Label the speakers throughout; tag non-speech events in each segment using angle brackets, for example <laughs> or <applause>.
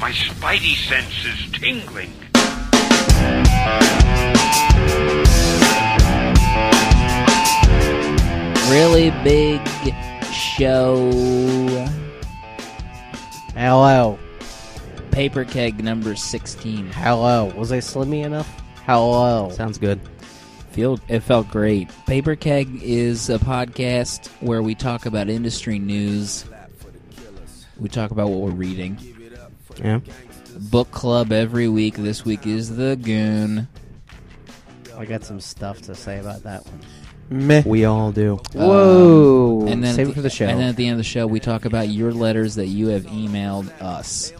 Speaker 1: spidey senses tingling.
Speaker 2: Really big show.
Speaker 3: Hello.
Speaker 2: Paper keg number 16.
Speaker 3: Hello. Was I slimy enough? Hello.
Speaker 4: Sounds good.
Speaker 2: Feel, it felt great. Paper keg is a podcast where we talk about industry news. We talk about what we're reading.
Speaker 4: Yeah.
Speaker 2: Book club every week. This week is The Goon.
Speaker 3: I got some stuff to say about that one.
Speaker 4: Meh. We all do.
Speaker 3: Whoa.
Speaker 2: And then
Speaker 3: Save
Speaker 2: at
Speaker 3: it for the show.
Speaker 2: And then at the end of the show, we talk about your letters that you have emailed us.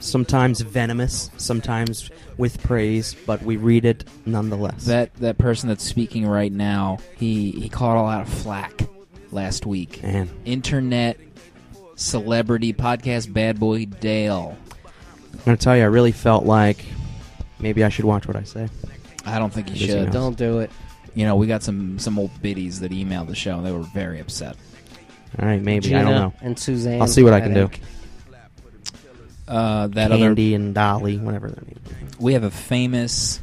Speaker 4: Sometimes venomous, sometimes with praise, but we read it nonetheless.
Speaker 2: That that person that's speaking right now, he he caught a lot of flack last week.
Speaker 4: Man.
Speaker 2: Internet celebrity podcast bad boy Dale.
Speaker 4: I'm going to tell you, I really felt like maybe I should watch what I say.
Speaker 2: I don't think he
Speaker 4: Busy
Speaker 2: should.
Speaker 4: now.
Speaker 3: Don't do it.
Speaker 2: You know, we got some some old biddies that emailed the show. They were very upset.
Speaker 4: All right, maybe. I don't
Speaker 3: Gina
Speaker 4: know.
Speaker 3: And Suzanne.
Speaker 4: I'll see what I can do.
Speaker 3: think.
Speaker 2: Uh, that other
Speaker 4: Andy and Dolly, whatever their name is.
Speaker 2: we have a famous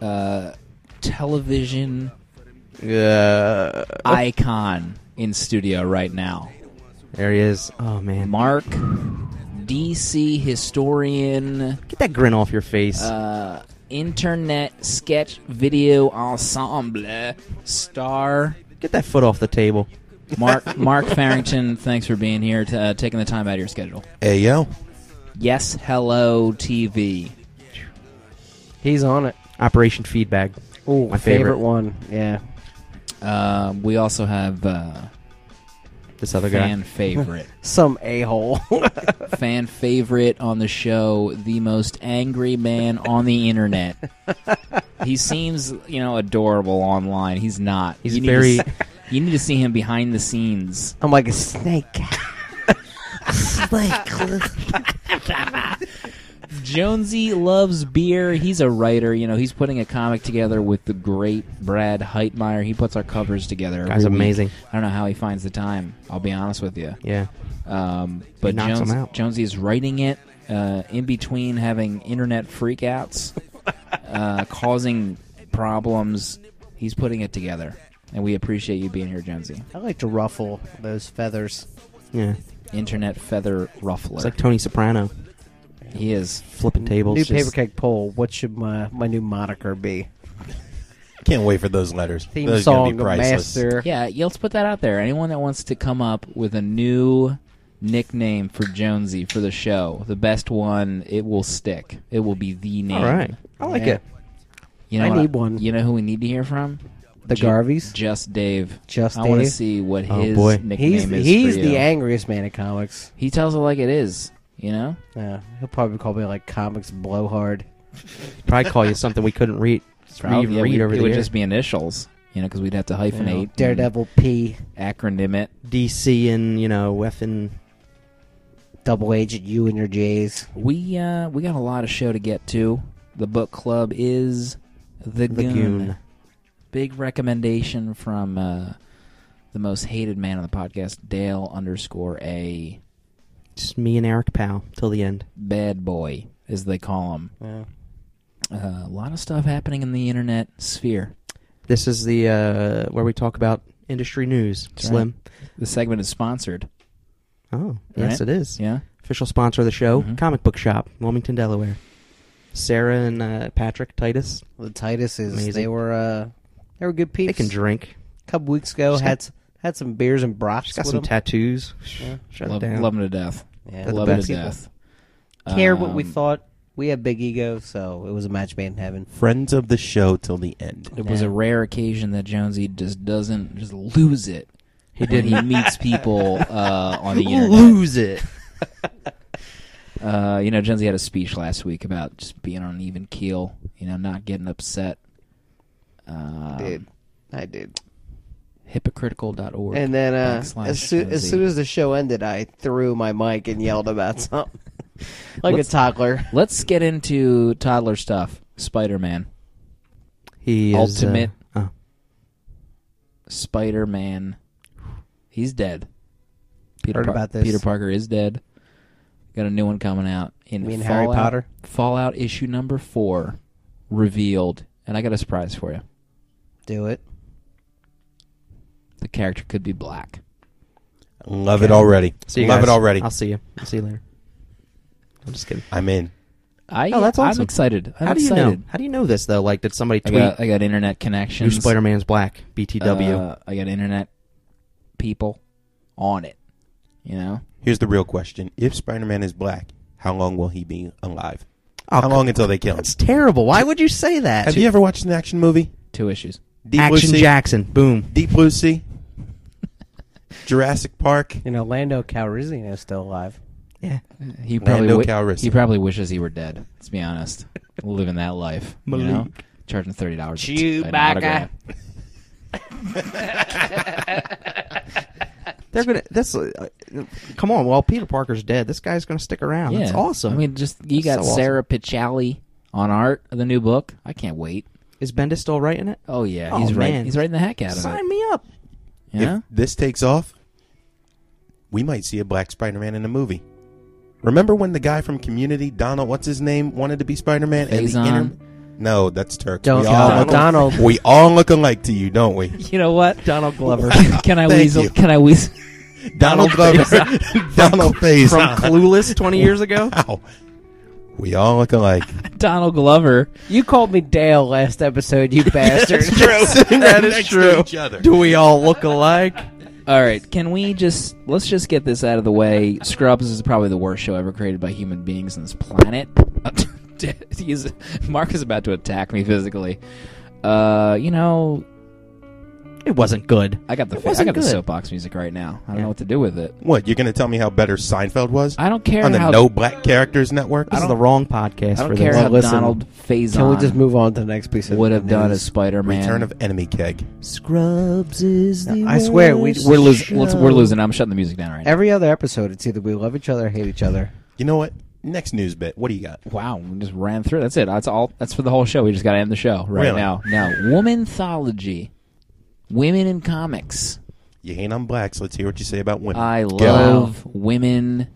Speaker 2: uh, television
Speaker 4: Uh,
Speaker 2: icon in studio right now.
Speaker 4: there he is. Oh, man.
Speaker 2: Mark, DC historian,
Speaker 4: Get that grin off your face.
Speaker 2: uh, internet sketch video ensemble star.
Speaker 4: Get that foot off the table.
Speaker 2: Mark Mark Farrington, thanks for being here, t- uh, taking the time out of your schedule.
Speaker 5: Hey yo,
Speaker 2: Yes, hello TV.
Speaker 3: He's on it.
Speaker 4: Operation Feedback.
Speaker 3: Oh,
Speaker 4: My favorite.
Speaker 3: one. Yeah.
Speaker 2: Uh, we also have uh,
Speaker 4: This other guy.
Speaker 2: fan
Speaker 4: <laughs>
Speaker 2: favorite,
Speaker 3: Some a hole.
Speaker 2: fan favorite on the show, the most angry man on the internet. He seems, you know, adorable online. He's not.
Speaker 4: He's
Speaker 2: You need to
Speaker 4: very-
Speaker 2: s- you need to see him behind the scenes.
Speaker 3: <laughs> I'm like a snake.
Speaker 2: Jonesy loves beer. He's a writer. You know, he's putting a comic together with the great Brad Heitmeyer. He puts our covers together.
Speaker 4: Guy's
Speaker 2: every week.
Speaker 4: amazing.
Speaker 2: I don't know how he finds the time. I'll be honest with you.
Speaker 4: Yeah.
Speaker 2: Um, but
Speaker 4: knocks
Speaker 2: Jones,
Speaker 4: them out.
Speaker 2: Jonesy is writing it uh, in between having internet
Speaker 4: <laughs>
Speaker 2: freakouts, uh, causing problems. He's putting it together, and we appreciate you being here, Jonesy.
Speaker 3: I like to ruffle those feathers.
Speaker 4: Yeah.
Speaker 2: Internet feather ruffler.
Speaker 4: It's like Tony Soprano
Speaker 2: he is.
Speaker 4: flipping tables.
Speaker 3: New
Speaker 4: just-
Speaker 3: paper cake poll. What should my, my new moniker be?
Speaker 5: can't wait for those letters.
Speaker 3: Theme
Speaker 5: those are
Speaker 3: song
Speaker 5: gonna be priceless.
Speaker 3: master.
Speaker 2: Yeah, yeah, let's put that out there. Anyone that wants to come up with a new nickname for Jonesy for the show, the best one, it will stick. It will be the name.
Speaker 4: All right. I like
Speaker 3: Yeah.
Speaker 4: it.
Speaker 2: You know
Speaker 3: I
Speaker 2: what
Speaker 3: need one.
Speaker 2: You know who we need to hear from?
Speaker 3: The
Speaker 2: Ju-
Speaker 3: Garveys?
Speaker 2: Just Dave.
Speaker 3: Just
Speaker 2: I want to
Speaker 3: Dave?
Speaker 2: see what
Speaker 4: Oh,
Speaker 2: his
Speaker 4: boy.
Speaker 2: nickname
Speaker 3: He's
Speaker 2: is.
Speaker 3: he's
Speaker 2: for you.
Speaker 3: the angriest man in comics.
Speaker 2: He tells it like it is. You know,
Speaker 3: Yeah, he'll probably call me like comics blowhard.
Speaker 4: Probably call you something we couldn't read.
Speaker 2: Probably- yeah,
Speaker 4: read
Speaker 2: we-
Speaker 4: over
Speaker 2: it
Speaker 4: the
Speaker 2: would
Speaker 4: air.
Speaker 2: just be initials. You know, because we'd have to hyphenate,
Speaker 3: You know,
Speaker 2: and
Speaker 3: Daredevil P,
Speaker 2: acronym it.
Speaker 4: DC and you know effing
Speaker 3: double agent U and your J's.
Speaker 2: We uh, we got a lot of show to get to. The book club is the,
Speaker 4: the
Speaker 2: Goon.
Speaker 4: goon.
Speaker 2: Big recommendation from uh, the most hated man on the podcast, Dale underscore a
Speaker 4: Just me and Eric Powell till the end.
Speaker 2: bad boy, as they call him.
Speaker 3: Yeah.
Speaker 2: Uh, a lot of stuff happening in the internet sphere.
Speaker 4: This is the uh, where we talk about industry news.
Speaker 2: That's
Speaker 4: Slim.
Speaker 2: The segment is sponsored.
Speaker 4: Oh, yes,
Speaker 2: Right.
Speaker 4: it is.
Speaker 2: Yeah.
Speaker 4: Official sponsor of the show,
Speaker 2: Mhm.
Speaker 4: Comic Book Shop, Wilmington, Delaware. Sarah and uh, Patrick Titus.
Speaker 3: The Titus is
Speaker 4: Amazing.
Speaker 3: they were uh they were good
Speaker 4: They
Speaker 3: peeps.
Speaker 4: can drink.
Speaker 3: A couple weeks ago
Speaker 4: She's got-
Speaker 3: had s- had some beers and brats
Speaker 4: She's got
Speaker 3: with
Speaker 4: some
Speaker 3: them.
Speaker 4: tattoos.
Speaker 3: Yeah.
Speaker 4: Shut it
Speaker 2: love,
Speaker 4: down.
Speaker 2: love 'em to death.
Speaker 3: Yeah.
Speaker 4: They're the
Speaker 2: love 'em to
Speaker 4: best people.
Speaker 2: death.
Speaker 3: Care what we
Speaker 2: Um,
Speaker 3: thought. We have big ego, so it was a match made in heaven.
Speaker 5: Friends of the show till the end.
Speaker 2: It was a rare occasion that Jonesy just doesn't just lose it. He
Speaker 4: didn't.
Speaker 2: He meets people uh, on
Speaker 3: <laughs>
Speaker 2: the internet.
Speaker 4: Lose it.
Speaker 2: <laughs> Uh, you know, Jonesy had a speech last week about just being on an even keel. You know, not getting upset. Um,
Speaker 3: Did. I did.
Speaker 2: Hypocritical.org.
Speaker 3: And then uh,
Speaker 2: backslash
Speaker 3: as, soon, as
Speaker 2: Jonesy.
Speaker 3: soon as the show ended, I threw my mic and yelled about something. <laughs> like
Speaker 2: Let's-
Speaker 3: a toddler.
Speaker 2: Let's get into toddler stuff. Spider Man.
Speaker 4: He is, uh,
Speaker 2: Ultimate.
Speaker 4: oh.
Speaker 2: Spider Man. He's dead. Peter
Speaker 3: Heard about this.
Speaker 2: Peter Parker is dead. Got a new one coming out in
Speaker 3: You mean Harry
Speaker 2: Fallout,
Speaker 3: Potter?
Speaker 2: Fallout issue number four revealed, and I got a surprise for you.
Speaker 3: Do it.
Speaker 2: The character could be black.
Speaker 5: Love it already.
Speaker 4: See you
Speaker 5: Love
Speaker 4: guys.
Speaker 5: it already.
Speaker 4: I'll see you. I'll see you later. I'm just kidding.
Speaker 5: I'm in.
Speaker 2: I,
Speaker 4: Oh, that's awesome.
Speaker 2: I'm excited. I'm
Speaker 4: How do you
Speaker 2: excited.
Speaker 4: know? How do you know this though? Like, did somebody
Speaker 2: I
Speaker 4: tweet?
Speaker 2: got I got internet
Speaker 4: New
Speaker 2: connections.
Speaker 4: Spider Man's black. BTW.
Speaker 2: Uh, I got internet people on it. You know,
Speaker 5: Here's the real question: If Spider-Man is black, how long will he be alive?
Speaker 4: Oh,
Speaker 5: how long until they kill him?
Speaker 4: That's terrible. Why would you say that?
Speaker 5: Have you ever watched an action movie?
Speaker 2: two issues.
Speaker 5: Deep Blue
Speaker 4: Action
Speaker 5: Sea,
Speaker 4: Jackson. Boom.
Speaker 5: Deep
Speaker 4: <laughs>
Speaker 5: Blue Sea, Jurassic Park.
Speaker 3: You know, Lando Calrissian is still alive.
Speaker 4: Yeah.
Speaker 2: He probably
Speaker 5: Lando
Speaker 2: wi-
Speaker 5: Calrissian.
Speaker 2: he probably wishes he were dead. Let's be honest. <laughs> Living that life, you know?
Speaker 4: Malik.
Speaker 2: charging thirty dollars.
Speaker 3: Chewbacca.
Speaker 4: They're gonna. That's. Uh, uh, come on. Well, Peter Parker's dead. This guy's gonna stick around.
Speaker 2: Yeah,
Speaker 4: That's awesome.
Speaker 2: I mean, just you
Speaker 4: That's
Speaker 2: got
Speaker 4: so awesome.
Speaker 2: Sarah Pichali on art of the new book. I can't wait.
Speaker 4: is Bendis still writing it?
Speaker 2: Oh yeah,
Speaker 4: Oh,
Speaker 2: he's right.
Speaker 4: man.
Speaker 2: He's writing the heck out of
Speaker 4: Sign
Speaker 2: it.
Speaker 4: me up.
Speaker 2: You know?
Speaker 5: If this takes off, we might see a black Spider-Man in a movie. Remember when the guy from Community, Donald, what's his name, wanted to be Spider-Man?
Speaker 2: Faison.
Speaker 5: And the inter- no, that's Turk.
Speaker 3: Don't-
Speaker 5: we all
Speaker 3: Donald.
Speaker 5: look-
Speaker 3: Donald.
Speaker 5: <laughs> We all look alike to you, don't we?
Speaker 2: You know
Speaker 4: <laughs>
Speaker 2: what, Donald
Speaker 3: <laughs>
Speaker 5: Glover.
Speaker 2: can I
Speaker 5: Thank
Speaker 2: weasel?
Speaker 5: you.
Speaker 2: Can I weasel? <laughs>
Speaker 5: Donald Glover. <laughs> Donald Faison.
Speaker 4: From Clueless twenty
Speaker 2: <laughs>
Speaker 4: years ago.
Speaker 5: Wow. We all look alike.
Speaker 2: Donald Glover.
Speaker 3: You called me Dale last episode, <laughs> you bastard.
Speaker 5: Sitting right
Speaker 4: That is
Speaker 5: next to
Speaker 4: true.
Speaker 5: each other.
Speaker 4: Do we all look alike?
Speaker 2: All right, can we just let's just get this out of the way? Scrubs is probably the worst show ever created by human beings on this planet. <laughs> He's, Mark is about to attack me physically. Uh, you know,
Speaker 4: It wasn't good.
Speaker 2: I got the
Speaker 4: It
Speaker 2: fa- I
Speaker 4: wasn't
Speaker 2: got the
Speaker 4: good.
Speaker 2: soapbox music right now. I don't
Speaker 4: Yeah.
Speaker 2: know what to do with it.
Speaker 5: What, you're going to tell me how better Seinfeld was?
Speaker 2: I don't care
Speaker 5: On the
Speaker 2: how
Speaker 5: No Black Characters Network?
Speaker 4: This is the wrong podcast
Speaker 2: I
Speaker 4: for
Speaker 2: don't care
Speaker 4: this.
Speaker 2: how
Speaker 3: Well, listen,
Speaker 2: Donald Faison
Speaker 3: Can we just move on to the next piece of
Speaker 2: would have done as
Speaker 3: news?
Speaker 2: Spider Man.
Speaker 5: Return of Enemy Keg.
Speaker 4: Scrubs is the.
Speaker 3: I swear, we,
Speaker 2: we're losing. Let's, we're losing. I'm shutting the music down right now.
Speaker 3: Every other episode, it's either we love each other or hate each other.
Speaker 5: You know what? Next news bit. What do you got?
Speaker 2: Wow, we just ran through. That's it. That's all. That's for the whole show. We just got to end the show right
Speaker 5: Really?
Speaker 2: now. Now, womanthology, women in comics.
Speaker 5: You hate on blacks. Let's hear what you say about women.
Speaker 2: I
Speaker 5: Go.
Speaker 2: love women. I love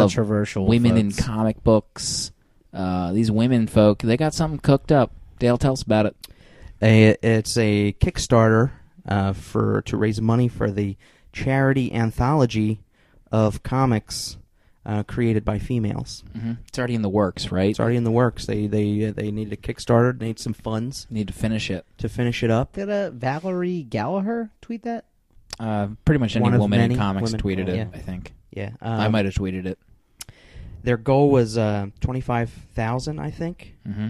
Speaker 3: Controversial
Speaker 2: women in
Speaker 3: folks.
Speaker 2: comic books. Uh, these women folk, they got something cooked up. Dale, tell us about it.
Speaker 4: A, it's a Kickstarter uh, for to raise money for the charity anthology of comics uh, created by females.
Speaker 2: hmm It's already in the works, right?
Speaker 4: It's already in the works. They they they needed a Kickstarter, need some funds
Speaker 2: Need to finish it.
Speaker 4: to finish it up.
Speaker 3: Did uh, Valerie Gallagher tweet that?
Speaker 2: Uh, pretty much any
Speaker 4: One of
Speaker 2: woman in
Speaker 4: many
Speaker 2: comics
Speaker 4: women-
Speaker 2: tweeted it.
Speaker 4: yeah.
Speaker 2: I think
Speaker 4: Yeah,
Speaker 2: I
Speaker 4: um,
Speaker 2: might have tweeted it.
Speaker 4: Their goal was uh, twenty five thousand, I think.
Speaker 2: hmm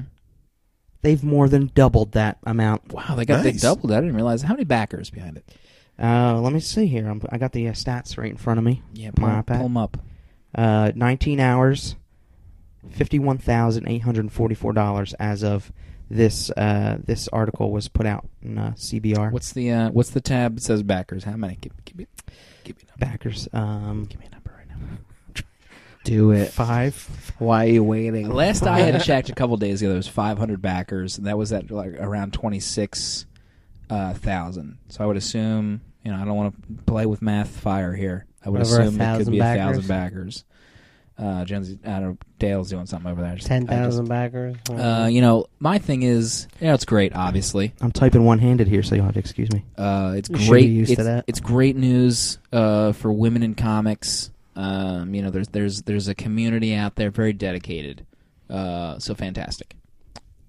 Speaker 4: They've more than doubled that amount.
Speaker 2: Wow, they got they
Speaker 5: Nice.
Speaker 2: doubled. that. I didn't realize how many backers behind it.
Speaker 4: Uh, let me see here. I'm, I got the uh, stats right in front of me.
Speaker 2: Yeah, pull,
Speaker 4: my iPad.
Speaker 2: them up.
Speaker 4: Uh, 19 hours, $51,844 as of this uh, this article was put out in uh, CBR.
Speaker 2: What's the uh, what's the tab that says backers? How many? Give, give me, give me a number.
Speaker 4: backers? Um,
Speaker 2: Give me a number right now.
Speaker 3: Do
Speaker 4: five.
Speaker 3: Why are you waiting?
Speaker 2: Last I had checked a couple days ago, there was 500 backers, and that was at like around 26 uh, thousand. So I would assume, you know, I don't want to play with math fire here. I would
Speaker 3: Over a
Speaker 2: assume it could
Speaker 3: thousand
Speaker 2: be a thousand backers. Uh, Jen's, I don't, Dale's doing something over there. I just- I
Speaker 3: ten
Speaker 2: just-
Speaker 3: thousand backers.
Speaker 2: Uh, you know, my thing is, you know, it's great, obviously.
Speaker 4: I'm typing one handed here, so you'll have to excuse me.
Speaker 2: Uh, it's
Speaker 3: You should
Speaker 2: great.
Speaker 3: be used to
Speaker 2: it's,
Speaker 3: that.
Speaker 2: it's great news uh, for women in comics. Um, you know, there's there's there's a community out there very dedicated. Uh, so fantastic.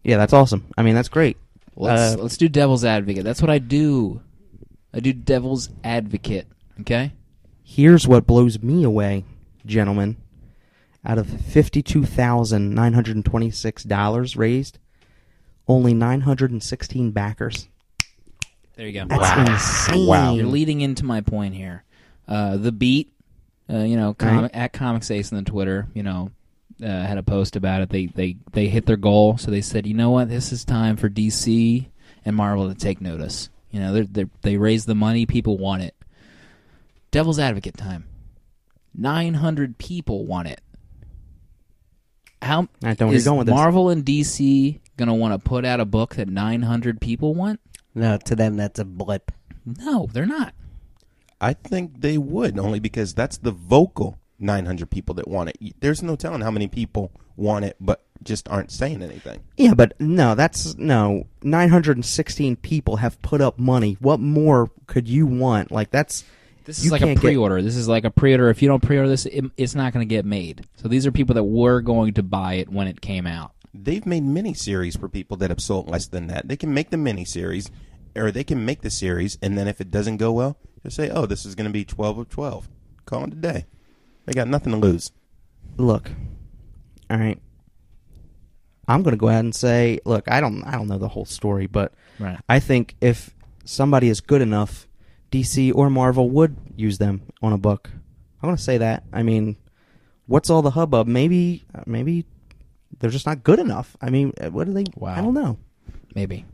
Speaker 4: Yeah, that's awesome. I mean, that's great.
Speaker 2: Let's
Speaker 4: Uh,
Speaker 2: let's do devil's advocate. That's what I do. I do devil's advocate. Okay.
Speaker 4: Here's what blows me away, gentlemen. Out of $52,926 raised, only 916 backers.
Speaker 2: There you go.
Speaker 4: That's insane.
Speaker 5: Wow.
Speaker 2: You're leading into my point here. Uh, the beat, uh, you know, com-
Speaker 4: Right.
Speaker 2: at Comics Ace on the Twitter, you know, uh, had a post about it. They they they hit their goal, so they said, you know what, this is time for DC and Marvel to take notice. You know, they they they raise the money, people want it. Devil's advocate time. Nine hundred people want it. How
Speaker 4: I don't know where
Speaker 2: is
Speaker 4: you're going with this.
Speaker 2: Marvel and DC gonna want to put out a book that nine hundred people want?
Speaker 3: no, to them that's a blip.
Speaker 2: No, they're not.
Speaker 5: I think they would, only because that's the vocal 900 people that want it. There's no telling how many people want it, but just aren't saying anything.
Speaker 4: Yeah, but no, that's no. 916 people have put up money. What more could you want? Like that's
Speaker 2: This is
Speaker 4: you
Speaker 2: like a
Speaker 4: can't get-
Speaker 2: pre-order. This is like a pre-order. If you don't pre-order this, it, it's not going to get made. So these are people that were going to buy it when it came out.
Speaker 5: They've made miniseries for people that have sold less than that. They can make the miniseries, or they can make the series, and then if it doesn't go well, they say, "Oh, this is going to be 12 of 12." Call it a day. They got nothing to lose.
Speaker 4: look. All right. I'm going to go ahead and say, look, I don't I don't know the whole story, but
Speaker 2: Right.
Speaker 4: I think if somebody is good enough, DC or Marvel would use them on a book. I'm going to say that. I mean, what's all the hubbub? Maybe uh, maybe they're just not good enough. I mean, uh, what do they
Speaker 2: Wow.
Speaker 4: I don't know.
Speaker 2: Maybe.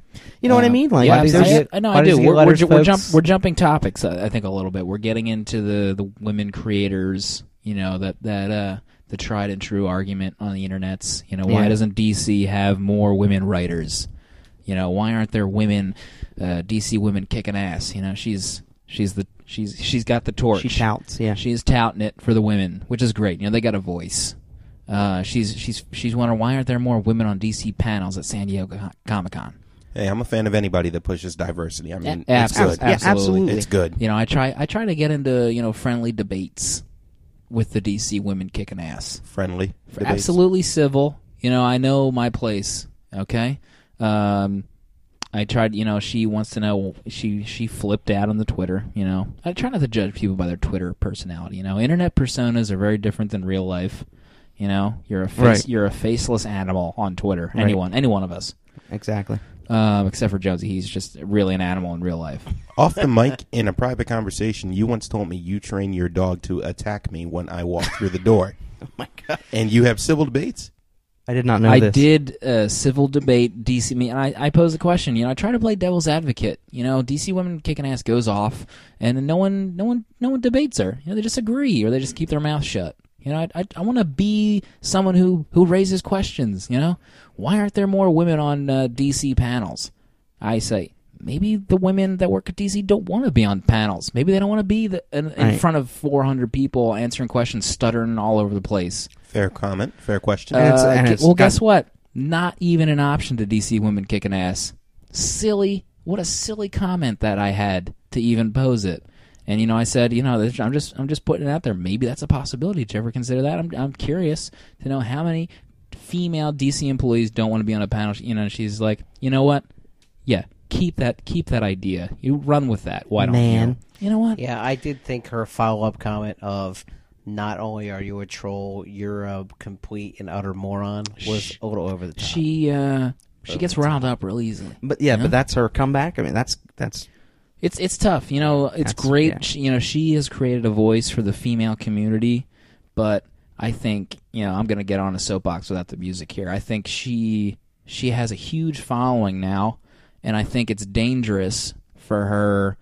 Speaker 4: You know what I mean? Like
Speaker 2: yeah,
Speaker 3: why does
Speaker 2: I,
Speaker 3: it get-
Speaker 2: I know.
Speaker 3: why
Speaker 2: I
Speaker 3: does
Speaker 2: do.
Speaker 3: it get
Speaker 2: We're, we're,
Speaker 3: letters,
Speaker 2: ju- we're, jump,
Speaker 3: folks?
Speaker 2: we're jumping topics. I I think a little bit. We're getting into the the women creators. You know that that uh the tried and true argument on the internets. You know why
Speaker 4: Yeah.
Speaker 2: doesn't DC have more women writers? You know why aren't there women uh, DC women kicking ass? You know she's she's the she's she's got the torch.
Speaker 4: she touts, yeah.
Speaker 2: She's touting it for the women, which is great. You know, they got a voice. Uh, she's she's she's wondering why aren't there more women on DC panels at San Diego Comic Con?
Speaker 5: Hey, I'm a fan of anybody that pushes diversity. I mean,
Speaker 2: A- abs-
Speaker 5: it's Mm, good.
Speaker 4: Yeah, absolutely.
Speaker 5: It's good.
Speaker 2: You know, I try I try to get into you know friendly debates with the DC women kicking ass.
Speaker 5: Friendly. debates.
Speaker 2: Absolutely civil. You know, I know my place. Okay. Um, I tried. You know, she wants to know. She she flipped out on the Twitter. You know, I try not to judge people by their Twitter personality. You know, internet personas are very different than real life. You know, you're a face,
Speaker 4: Right.
Speaker 2: you're a faceless animal on Twitter.
Speaker 4: Right.
Speaker 2: Anyone, any one of us,
Speaker 4: Exactly.
Speaker 2: um, except for Jonesy, he's just really an animal in real life.
Speaker 5: Off the mic in a private conversation, you once told me you train your dog to attack me when I walk through
Speaker 3: <laughs>
Speaker 5: the door. oh my god! And you have civil debates.
Speaker 4: I did not know
Speaker 2: I
Speaker 4: this.
Speaker 2: did uh, civil debate DC. Me, and I, I posed the question. You know, I try to play devil's advocate. You know, DC women kicking ass goes off, and no one, no one, no one debates her. You know, they just agree or they just keep their mouth shut. You know, I, I, I want to be someone who who raises questions. You know, why aren't there more women on uh, DC panels? I say maybe the women that work at DC don't want to be on panels. Maybe they don't want to be the, in, in
Speaker 4: Right.
Speaker 2: front of four hundred people answering questions, stuttering all over the place.
Speaker 5: Fair comment. Fair question.
Speaker 4: And it's-
Speaker 2: Uh,
Speaker 4: and
Speaker 2: gu-
Speaker 4: it's
Speaker 2: well,
Speaker 4: got-
Speaker 2: guess what? Not even an option to DC women kicking ass. Silly. What a silly comment that I had to even pose it. And you know, I said, you know, this- I'm just, I'm just putting it out there. Maybe that's a possibility. Did you ever consider that? I'm, I'm curious to know how many female DC employees don't want to be on a panel. You know, and she's like, you know what? Yeah, keep that, keep that idea. You run with that. Why don't
Speaker 4: Man.
Speaker 2: you? You know what?
Speaker 3: Yeah, I did think her follow up comment of not only are you a troll, you're a complete and utter moron was
Speaker 2: Sh-
Speaker 3: a little over the top.
Speaker 2: She, uh, she gets riled up real easily.
Speaker 4: But yeah,
Speaker 2: Yeah.
Speaker 4: but that's her comeback. I mean, that's that's
Speaker 2: It's it's tough, you know. It's
Speaker 4: That's-
Speaker 2: great,
Speaker 4: yeah.
Speaker 2: she, you know. She has created a voice for the female community, but I think you know I'm going to get on a soapbox without the music here. I think she she has a huge following now, and I think it's dangerous for her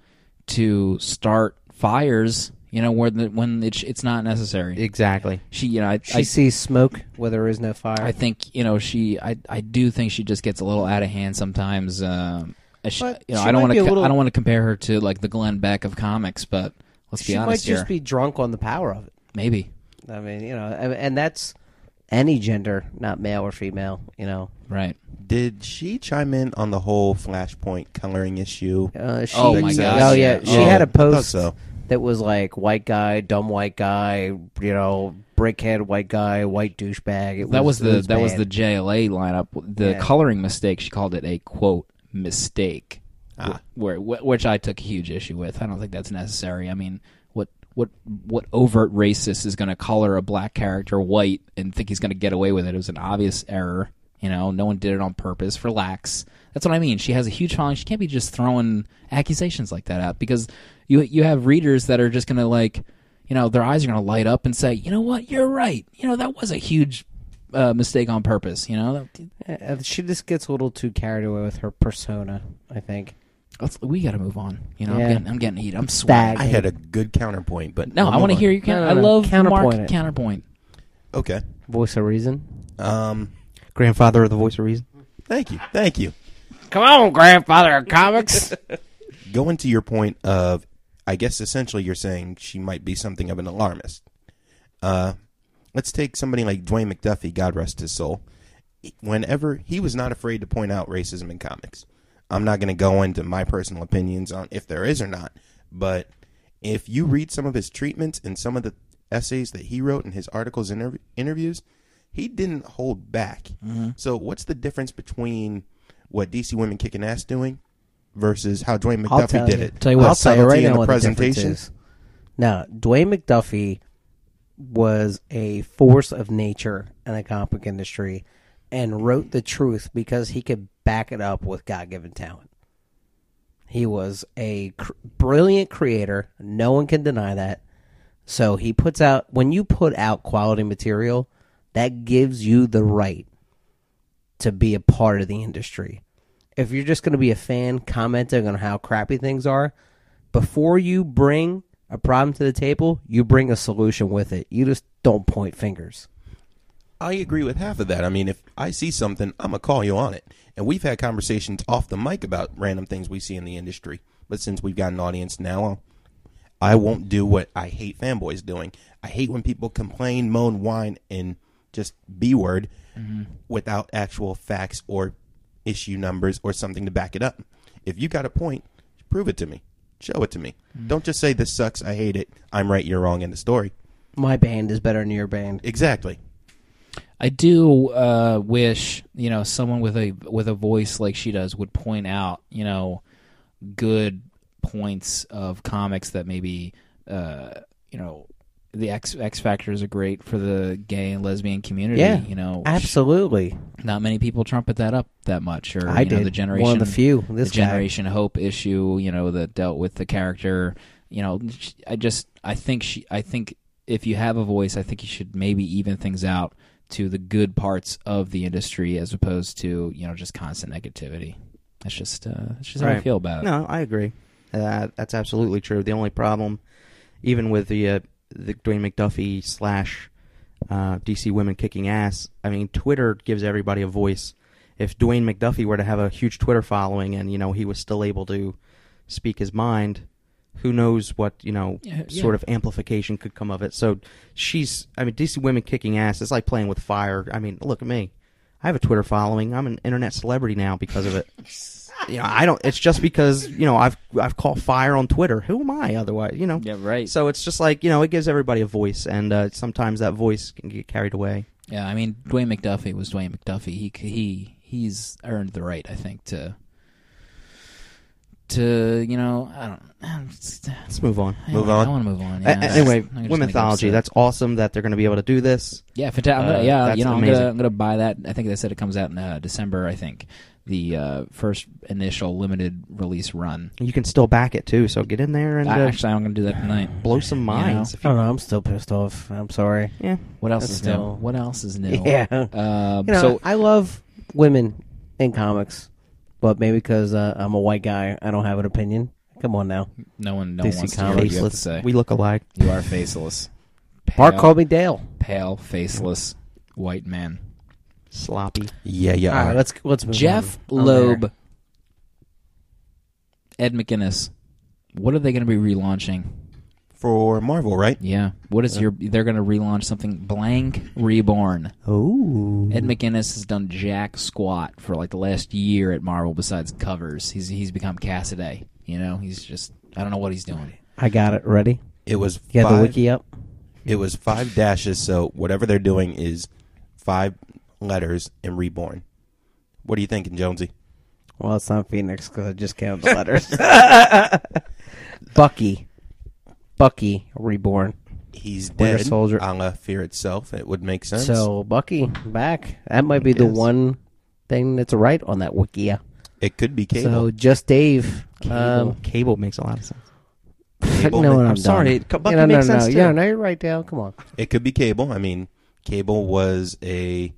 Speaker 2: to start fires, you know, where the, when it's it's not necessary.
Speaker 4: exactly.
Speaker 2: she, you know, I,
Speaker 3: she
Speaker 2: I
Speaker 3: sees smoke where there is no fire.
Speaker 2: I think you know she. I I do think she just gets a little out of hand sometimes. Um, I sh-
Speaker 3: But
Speaker 2: you know,
Speaker 3: she
Speaker 2: I don't
Speaker 3: might
Speaker 2: want
Speaker 3: be
Speaker 2: to.
Speaker 3: a little-
Speaker 2: I don't want to compare her to like the Glenn Beck of comics, but let's
Speaker 3: she
Speaker 2: be
Speaker 3: might
Speaker 2: honest here.
Speaker 3: just be drunk on the power of it.
Speaker 2: Maybe
Speaker 3: I mean, you know, and and that's any gender, not male or female. You know,
Speaker 2: right.
Speaker 5: Did she chime in on the whole Flashpoint coloring issue?
Speaker 3: uh, she,
Speaker 2: Oh my gosh,
Speaker 3: oh yeah,
Speaker 2: yeah.
Speaker 3: she
Speaker 2: Oh,
Speaker 3: had
Speaker 5: I
Speaker 3: a
Speaker 5: thought
Speaker 3: post
Speaker 5: so.
Speaker 3: that was like white guy, dumb white guy, you know, brickhead white guy, white douchebag. It
Speaker 2: That was
Speaker 3: it
Speaker 2: the that was
Speaker 3: bad.
Speaker 2: the JLA lineup. The
Speaker 3: Yeah.
Speaker 2: coloring mistake. She called it a quote mistake,
Speaker 5: Ah.
Speaker 2: where wh- which I took a huge issue with. I don't think that's necessary. I mean, what what what overt racist is going to color a black character white and think he's going to get away with it? It was an obvious error. You know, no one did it on purpose. Relax. That's what I mean. She has a huge following. She can't be just throwing accusations like that out because you you have readers that are just going to like, you know, their eyes are going to light up and say, you know what, you're right. You know, that was a huge uh, mistake on purpose. You know,
Speaker 3: Uh, she just gets a little too carried away with her persona. I think.
Speaker 2: Let's, we got to move on. You know,
Speaker 3: Yeah.
Speaker 2: I'm getting I'm getting heat. I'm sweating.
Speaker 5: I had a good counterpoint, but
Speaker 2: No,
Speaker 5: we'll
Speaker 2: I want to
Speaker 5: move
Speaker 2: hear
Speaker 5: on.
Speaker 2: your counter.
Speaker 3: No, no, no.
Speaker 2: I love
Speaker 3: Counterpoint
Speaker 2: Mark
Speaker 3: it.
Speaker 2: counterpoint.
Speaker 5: Okay.
Speaker 3: Voice of reason.
Speaker 5: Um.
Speaker 4: Grandfather of the voice of reason.
Speaker 5: Thank you. Thank you.
Speaker 3: Come on, grandfather
Speaker 2: <laughs>
Speaker 3: of comics.
Speaker 5: Going to your point of, I guess essentially you're saying she might be something of an alarmist, Uh, let's take somebody like Dwayne McDuffie, God rest his soul. Whenever he was not afraid to point out racism in comics. I'm not going to go into my personal opinions on if there is or not, but if you read some of his treatments and some of the essays that he wrote and his articles and interv- interviews, he didn't hold back.
Speaker 3: Mm-hmm.
Speaker 5: So what's the difference between what DC Women Kicking Ass doing versus how Dwayne
Speaker 3: I'll
Speaker 5: McDuffie
Speaker 3: tell
Speaker 5: did
Speaker 3: you.
Speaker 5: it?
Speaker 2: Tell you what,
Speaker 5: The
Speaker 2: I'll
Speaker 3: tell you
Speaker 5: subtlety
Speaker 3: right
Speaker 5: in
Speaker 3: now
Speaker 5: the
Speaker 3: what the difference
Speaker 5: presentation.
Speaker 3: is. Now, Dwayne McDuffie was a force of nature in the comic book industry and wrote the truth because he could back it up with God given talent. He was a cr- brilliant creator. No one can deny that. So he puts out, when you put out quality material, that gives you the right to be a part of the industry. If you're just going to be a fan commenting on how crappy things are, before you bring a problem to the table, you bring a solution with it. You just don't point fingers.
Speaker 5: I agree with half of that. I mean, if I see something, I'm gonna call you on it. And we've had conversations off the mic about random things we see in the industry. But since we've got an audience now, I'll, I won't do what I hate fanboys doing. I hate when people complain, moan, whine, and just b word Mm-hmm. without actual facts or issue numbers or something to back it up. If you got a point, prove it to me. Show it to me. Don't just say this sucks. I hate it. I'm right. You're wrong. End of story.
Speaker 3: My band is better than your band.
Speaker 5: Exactly.
Speaker 2: I do uh, wish you know someone with a with a voice like she does would point out you know good points of comics that maybe uh, you know the X X Factors are great for the gay and lesbian community.
Speaker 3: Yeah,
Speaker 2: you know,
Speaker 3: absolutely.
Speaker 2: not many people trumpet that up that much. Or
Speaker 3: I
Speaker 2: you know,
Speaker 3: did.
Speaker 2: the generation
Speaker 3: One of the few. This
Speaker 2: the
Speaker 3: guy.
Speaker 2: generation hope issue you know that dealt with the character you know sh- i just i think she i think if you have a voice i think you should maybe even things out to the good parts of the industry as opposed to you know just constant negativity that's just uh that's just how i
Speaker 4: Right.
Speaker 2: feel about it
Speaker 4: No, I agree. Uh, that's absolutely true. The only problem, even with the uh, the Dwayne McDuffie slash uh, DC women kicking ass, I mean, Twitter gives everybody a voice. If Dwayne McDuffie were to have a huge Twitter following and you know he was still able to speak his mind, who knows what you know
Speaker 2: Yeah, yeah.
Speaker 4: sort of amplification could come of it. So she's, I mean, DC women kicking ass. It's like playing with fire. I mean, look at me. I have a Twitter following. I'm an internet celebrity now because of it. you know, I don't. It's just because you know I've I've caught fire on Twitter. Who am I otherwise? You know.
Speaker 2: Yeah, right.
Speaker 4: So it's just like you know, it gives everybody a voice, and uh, sometimes that voice can get carried away.
Speaker 2: yeah i mean dwayne mcduffie was dwayne mcduffie he c- he he's earned the right i think to to you know i don't I'm just,
Speaker 4: Let's move on.
Speaker 2: I
Speaker 5: Move
Speaker 2: wanna-
Speaker 5: on.
Speaker 2: i want to move on
Speaker 4: A-
Speaker 2: yeah.
Speaker 4: a- anyway,
Speaker 2: I'm just gonna get
Speaker 4: womenthology.
Speaker 2: upset.
Speaker 4: That's awesome that they're going to be able to do this.
Speaker 2: Yeah, fantastic. I'm
Speaker 4: Uh,
Speaker 2: gonna, yeah,
Speaker 4: that's
Speaker 2: you know, I'm
Speaker 4: amazing.
Speaker 2: gonna, I'm gonna buy that. I think they said it comes out in uh, December. I think the uh, first initial limited release run.
Speaker 4: You can still back it too. So get in there and
Speaker 2: I,
Speaker 4: uh,
Speaker 2: actually, I'm gonna do that tonight.
Speaker 4: blow some minds.
Speaker 3: I don't know. I'm still pissed off. I'm sorry.
Speaker 4: Yeah.
Speaker 2: What else
Speaker 3: That's
Speaker 2: is new?
Speaker 3: still-
Speaker 2: What else is
Speaker 4: <laughs>
Speaker 2: new?
Speaker 3: Yeah.
Speaker 2: Um,
Speaker 3: You know,
Speaker 2: so
Speaker 3: I love women in comics, but maybe because uh, I'm a white guy, I don't have an opinion. Come on now.
Speaker 2: no one, no one
Speaker 3: DC
Speaker 2: wants to hear what
Speaker 3: Comics.
Speaker 2: you have to
Speaker 4: Faceless.
Speaker 2: say.
Speaker 4: We look alike.
Speaker 2: you are
Speaker 4: <laughs>
Speaker 2: faceless.
Speaker 3: Bart
Speaker 2: Pale-
Speaker 3: called me Dale.
Speaker 2: pale, faceless, white man.
Speaker 4: Sloppy.
Speaker 5: Yeah, yeah.
Speaker 3: All right, let's let's move
Speaker 2: Jeff
Speaker 4: Oh,
Speaker 3: on. I'm
Speaker 2: Loeb,
Speaker 3: there.
Speaker 2: Ed McGuinness. What are they going to be relaunching?
Speaker 5: for Marvel, right?
Speaker 2: Yeah. What is your? They're going to relaunch something blank reborn.
Speaker 4: Oh.
Speaker 2: Ed McInnes has done jack squat for like the last year at Marvel. Besides covers, he's he's become Cassidy. You know, he's just I don't know what he's doing.
Speaker 3: I got it ready.
Speaker 5: It was
Speaker 3: You got the
Speaker 5: five,
Speaker 3: wiki up.
Speaker 5: It was five dashes. So whatever they're doing is five letters and reborn. What are you thinking, Jonesy?
Speaker 3: Well, it's not Phoenix because I just counted <laughs> the letters. <laughs> Bucky, Bucky reborn.
Speaker 5: He's
Speaker 3: Winter
Speaker 5: dead.
Speaker 3: Soldier.
Speaker 5: A la Fear itself. It would make sense.
Speaker 3: So Bucky back. That might be the
Speaker 4: Yes.
Speaker 3: one thing that's right on that wikia.
Speaker 5: it could be
Speaker 3: So
Speaker 5: Cable.
Speaker 3: just Dave.
Speaker 4: Um,
Speaker 3: Um,
Speaker 4: cable makes a lot of sense.
Speaker 5: Cable
Speaker 3: <laughs> no,
Speaker 5: ma-
Speaker 3: no,
Speaker 5: I'm
Speaker 3: I'm
Speaker 4: sorry,
Speaker 3: done.
Speaker 4: C- Bucky
Speaker 3: yeah, no,
Speaker 4: makes
Speaker 3: no, no.
Speaker 4: sense,
Speaker 3: Yeah,
Speaker 4: too.
Speaker 3: no, you're right, Dale. Come on.
Speaker 5: It could be Cable. I mean, Cable was a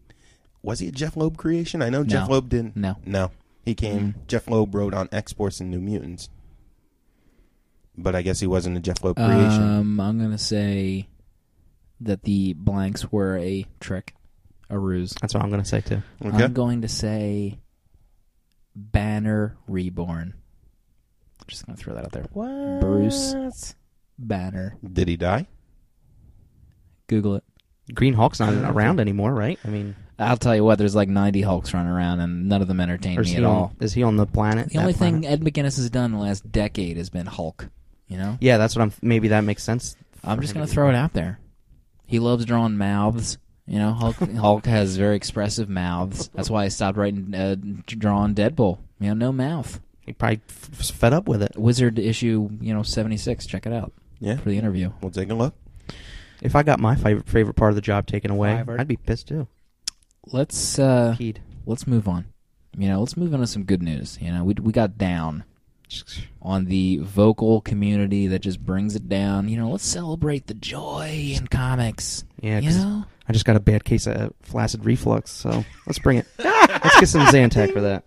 Speaker 5: was he a Jeff Loeb creation? I know Jeff
Speaker 2: No.
Speaker 5: Loeb didn't.
Speaker 2: No.
Speaker 5: no, he came.
Speaker 3: Mm-hmm.
Speaker 5: Jeff Loeb wrote on X Force and New Mutants, but I guess he wasn't a Jeff Loeb creation.
Speaker 2: Um, I'm gonna say that the blanks were a trick, a ruse.
Speaker 4: That's what I'm going to say too.
Speaker 5: okay,
Speaker 2: I'm going to say Banner Reborn. I'm just gonna throw that out there.
Speaker 3: What?
Speaker 2: Bruce. Banner
Speaker 5: did he die?
Speaker 2: Google it.
Speaker 4: Green Hulk's not around anymore, right? I mean,
Speaker 2: I'll tell you what. There's like 90 Hulks running around, and none of them entertain
Speaker 4: or is
Speaker 2: me
Speaker 4: he,
Speaker 2: at
Speaker 4: on,
Speaker 2: all.
Speaker 4: is he on the planet?
Speaker 2: The only
Speaker 4: that
Speaker 2: thing
Speaker 4: planet?
Speaker 2: Ed McGuinness has done in the last decade has been Hulk. You know,
Speaker 4: Yeah, that's what I'm. Maybe that makes sense.
Speaker 2: I'm
Speaker 4: for
Speaker 2: just
Speaker 4: him
Speaker 2: gonna
Speaker 4: to be-
Speaker 2: throw it out there. He loves drawing mouths. You know,
Speaker 4: <laughs>
Speaker 2: Hulk, Hulk has very expressive mouths. That's why I stopped writing, uh, drawing Deadpool. You know, no mouth.
Speaker 4: He probably f- f- fed up with it.
Speaker 2: Wizard issue, you know, 76. Check it out
Speaker 5: Yeah,
Speaker 2: for the interview.
Speaker 5: we'll take a look.
Speaker 4: If I got my favorite favorite part of the job taken away,
Speaker 3: Fiverr.
Speaker 4: I'd be pissed too.
Speaker 2: Let's uh,
Speaker 4: Peed.
Speaker 2: let's move on. You know, let's move on to some good news. You know, we we got down on the vocal community that just brings it down. You know, let's celebrate the joy in comics.
Speaker 4: Yeah,
Speaker 2: you
Speaker 4: 'cause-
Speaker 2: know,
Speaker 4: I just got a bad case of flaccid reflux, so let's bring it. <laughs> let's get some Zantac for that.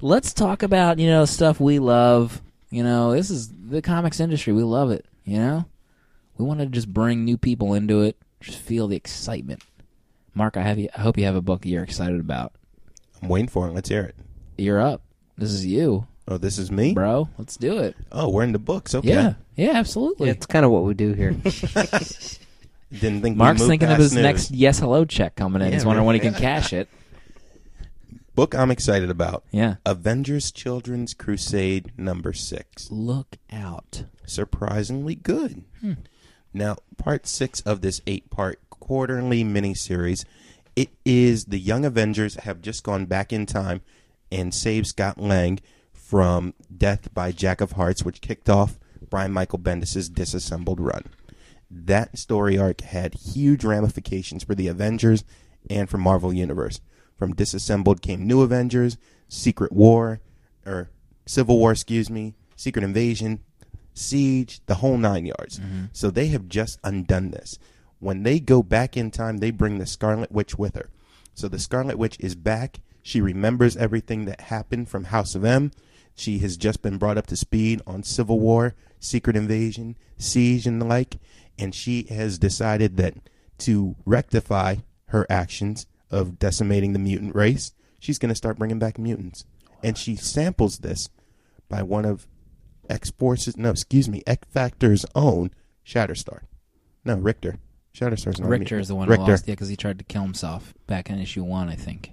Speaker 2: let's talk about you know stuff we love. You know, this is the comics industry. We love it. You know, we want to just bring new people into it. Just feel the excitement. Mark, I have you. I hope you have a book that you're excited about.
Speaker 5: I'm waiting for it. Let's hear it.
Speaker 2: You're up. This is you,
Speaker 5: Oh, this is me.
Speaker 2: bro. Let's do it.
Speaker 5: Oh, we're in the books. Okay.
Speaker 2: Yeah, yeah, absolutely.
Speaker 3: It's kind of what we do <laughs> here.
Speaker 5: Didn't think we
Speaker 2: Mark's
Speaker 5: moved
Speaker 2: thinking of
Speaker 5: past
Speaker 2: his
Speaker 5: news.
Speaker 2: next yes hello check coming in.
Speaker 4: Yeah,
Speaker 2: He's wondering when
Speaker 4: right.
Speaker 2: he can cash it.
Speaker 5: book. I'm excited about.
Speaker 2: Yeah.
Speaker 5: Avengers Children's Crusade number six.
Speaker 2: Look out.
Speaker 5: Surprisingly good. Now, part six of this eight part quarterly miniseries. It is the Young Avengers have just gone back in time and saved Scott Lang from death by Jack of Hearts, which kicked off Brian Michael Bendis' disassembled run. That story arc had huge ramifications for the Avengers and for Marvel Universe. From disassembled came New Avengers, Secret War, or Civil War, excuse me, Secret Invasion, Siege, the whole nine yards. So they have just undone this. When they go back in time, they bring the Scarlet Witch with her. So the Scarlet Witch is back. She remembers everything that happened from House of M. She has just been brought up to speed on Civil War, Secret Invasion, Siege, and the like. And she has decided that to rectify her actions of decimating the mutant race, she's going to start bringing back mutants. And she samples this by one of X Force's, no, excuse me, X Factor's own Shatterstar. No, Richter. Shatterstar's not a
Speaker 2: Richter
Speaker 5: mutant.
Speaker 2: is the one who
Speaker 5: Richter.
Speaker 2: lost, yeah, because he tried to kill himself back in issue one, I think.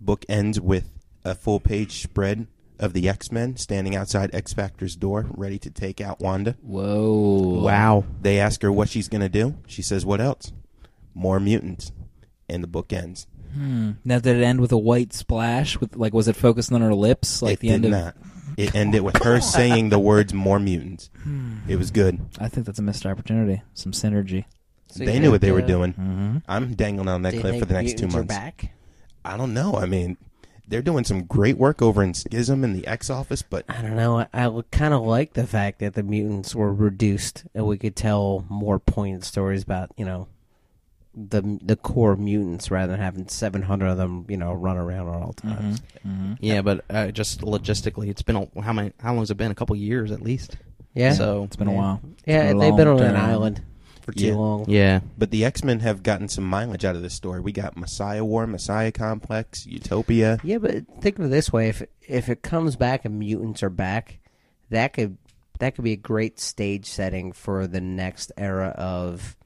Speaker 5: book ends with a full page spread of the X Men standing outside X Factor's door, ready to take out Wanda.
Speaker 2: Whoa.
Speaker 4: Wow.
Speaker 5: They ask her what she's going to do. She says, What else? More mutants. And the book ends.
Speaker 2: Now did it end with a white splash? With like, was it focused on her lips? Like
Speaker 5: it
Speaker 2: the
Speaker 5: did
Speaker 2: end of.
Speaker 5: not. It ended with
Speaker 2: <laughs>
Speaker 5: her saying the words more mutants. It was good.
Speaker 2: I think that's a missed opportunity. Some synergy.
Speaker 5: they knew what they were
Speaker 3: uh,
Speaker 5: doing.
Speaker 2: Mm-hmm.
Speaker 5: I'm dangling on that
Speaker 3: do you
Speaker 5: cliff for
Speaker 3: think
Speaker 5: the next two
Speaker 3: mutants are
Speaker 5: months.
Speaker 3: back?
Speaker 5: I don't know. I mean, they're doing some great work over in Schism and the X office, but
Speaker 3: I don't know. I, I kind of like the fact that the mutants were reduced, and we could tell more poignant stories about you know the the core mutants rather than having seven hundred of them you know run around at all times.
Speaker 4: Yeah, but uh, just logistically, it's been a, how many? How long has it been? A couple years at least.
Speaker 3: Yeah,
Speaker 4: So
Speaker 2: It's been a
Speaker 3: Yeah.
Speaker 2: while. It's
Speaker 3: yeah,
Speaker 2: a
Speaker 3: they've been
Speaker 2: long
Speaker 3: on an
Speaker 2: time.
Speaker 3: island <laughs> for too
Speaker 5: Yeah.
Speaker 3: long.
Speaker 4: yeah,
Speaker 5: But the X Men have gotten some mileage out of this story. We got Messiah War, Messiah Complex, Utopia.
Speaker 3: Yeah, but think of it this way: if if it comes back and mutants are back, that could that could be a great stage setting for the next era of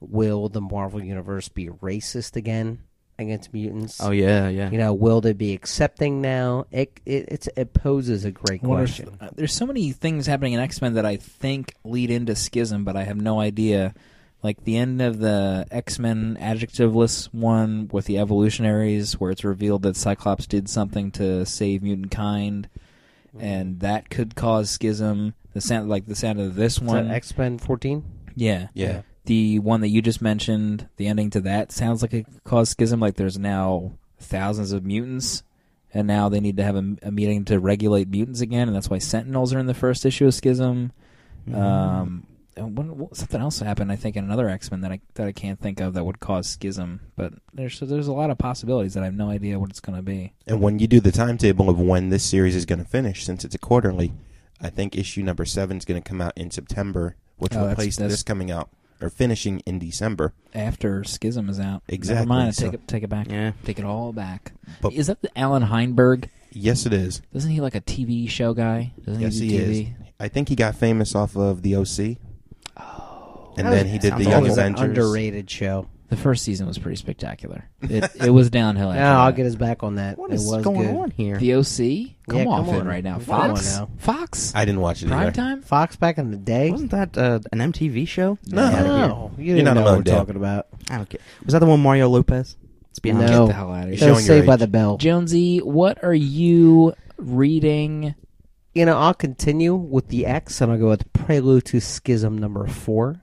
Speaker 3: will the Marvel universe be racist again against mutants?
Speaker 4: Oh yeah, yeah.
Speaker 3: You know, will they be accepting now? It it it's, it poses a great
Speaker 2: I wonder if-
Speaker 3: question.
Speaker 2: uh, there's so many things happening in X Men that I think lead into Schism, but I have no idea. Like the end of the X Men adjectiveless one with the evolutionaries, where it's revealed that Cyclops did something to save mutant kind,
Speaker 3: Mm-hmm.
Speaker 2: and that could cause Schism. The sound, like the sound of this one,
Speaker 3: X Men fourteen.
Speaker 2: yeah,
Speaker 5: Yeah.
Speaker 2: the one that you just mentioned, the ending to that sounds like it could cause schism. Like there's now thousands of mutants, and now they need to have a, a meeting to regulate mutants again, and that's why Sentinels are in the first issue of Schism.
Speaker 4: Mm-hmm.
Speaker 5: Mm-hmm.
Speaker 2: Um, and one- w- something else happened, I think, in another X Men that I that I can't think of that would cause schism. But there's so there's a lot of possibilities that I have no idea what it's going to be.
Speaker 5: And when you do the timetable of when this series is going to finish, since it's a quarterly, I think issue number seven is going to come out in September, which
Speaker 2: Oh, that's-
Speaker 5: replaced
Speaker 2: that's-
Speaker 5: this coming out or finishing in December.
Speaker 2: After schism is out, Never
Speaker 5: Exactly,
Speaker 2: mind, I
Speaker 5: so-
Speaker 2: take it take it back.
Speaker 4: Yeah.
Speaker 2: Take it all back.
Speaker 5: But-
Speaker 2: is that the Alan Heinberg?
Speaker 5: Yes, it is.
Speaker 2: Isn't he like a TV show guy? Doesn't
Speaker 5: Yes,
Speaker 2: he
Speaker 5: he
Speaker 2: do TV?
Speaker 5: is. I think he got famous off of the OC. and
Speaker 3: Oh. That
Speaker 5: then
Speaker 3: was-
Speaker 5: he did
Speaker 4: sounds
Speaker 5: the
Speaker 3: that
Speaker 5: Young
Speaker 3: was an
Speaker 5: Avengers.
Speaker 3: underrated show.
Speaker 2: The first season was pretty spectacular. It, it was downhill.
Speaker 3: <laughs>
Speaker 2: After
Speaker 3: Now I'll
Speaker 2: that.
Speaker 3: get his back on that.
Speaker 4: What
Speaker 3: it
Speaker 4: is
Speaker 3: was
Speaker 4: going
Speaker 3: good.
Speaker 4: on here?
Speaker 2: The OC? Come
Speaker 3: Yeah,
Speaker 2: off
Speaker 3: come
Speaker 2: it
Speaker 3: on.
Speaker 2: right now.
Speaker 3: Come on
Speaker 2: Fox?
Speaker 3: now.
Speaker 2: Fox?
Speaker 5: I didn't watch it
Speaker 2: Prime
Speaker 5: either.
Speaker 2: time?
Speaker 3: Fox back in the day.
Speaker 4: Wasn't that uh, an MTV show? Get
Speaker 5: No.
Speaker 4: outta here.
Speaker 3: no, you
Speaker 5: You're
Speaker 3: didn't
Speaker 5: not
Speaker 3: know what
Speaker 5: among
Speaker 3: we're
Speaker 5: them.
Speaker 3: talking about.
Speaker 4: I don't care. Was that the one Mario Lopez? It's being
Speaker 3: No.
Speaker 2: Get the hell out of
Speaker 5: You're
Speaker 2: here.
Speaker 3: That was
Speaker 5: showing your
Speaker 3: Saved by
Speaker 5: age.
Speaker 3: the Bell.
Speaker 2: Jonesy, what are you reading?
Speaker 3: You know, I'll continue with the X, and I'll go with Prelude to Schism number four.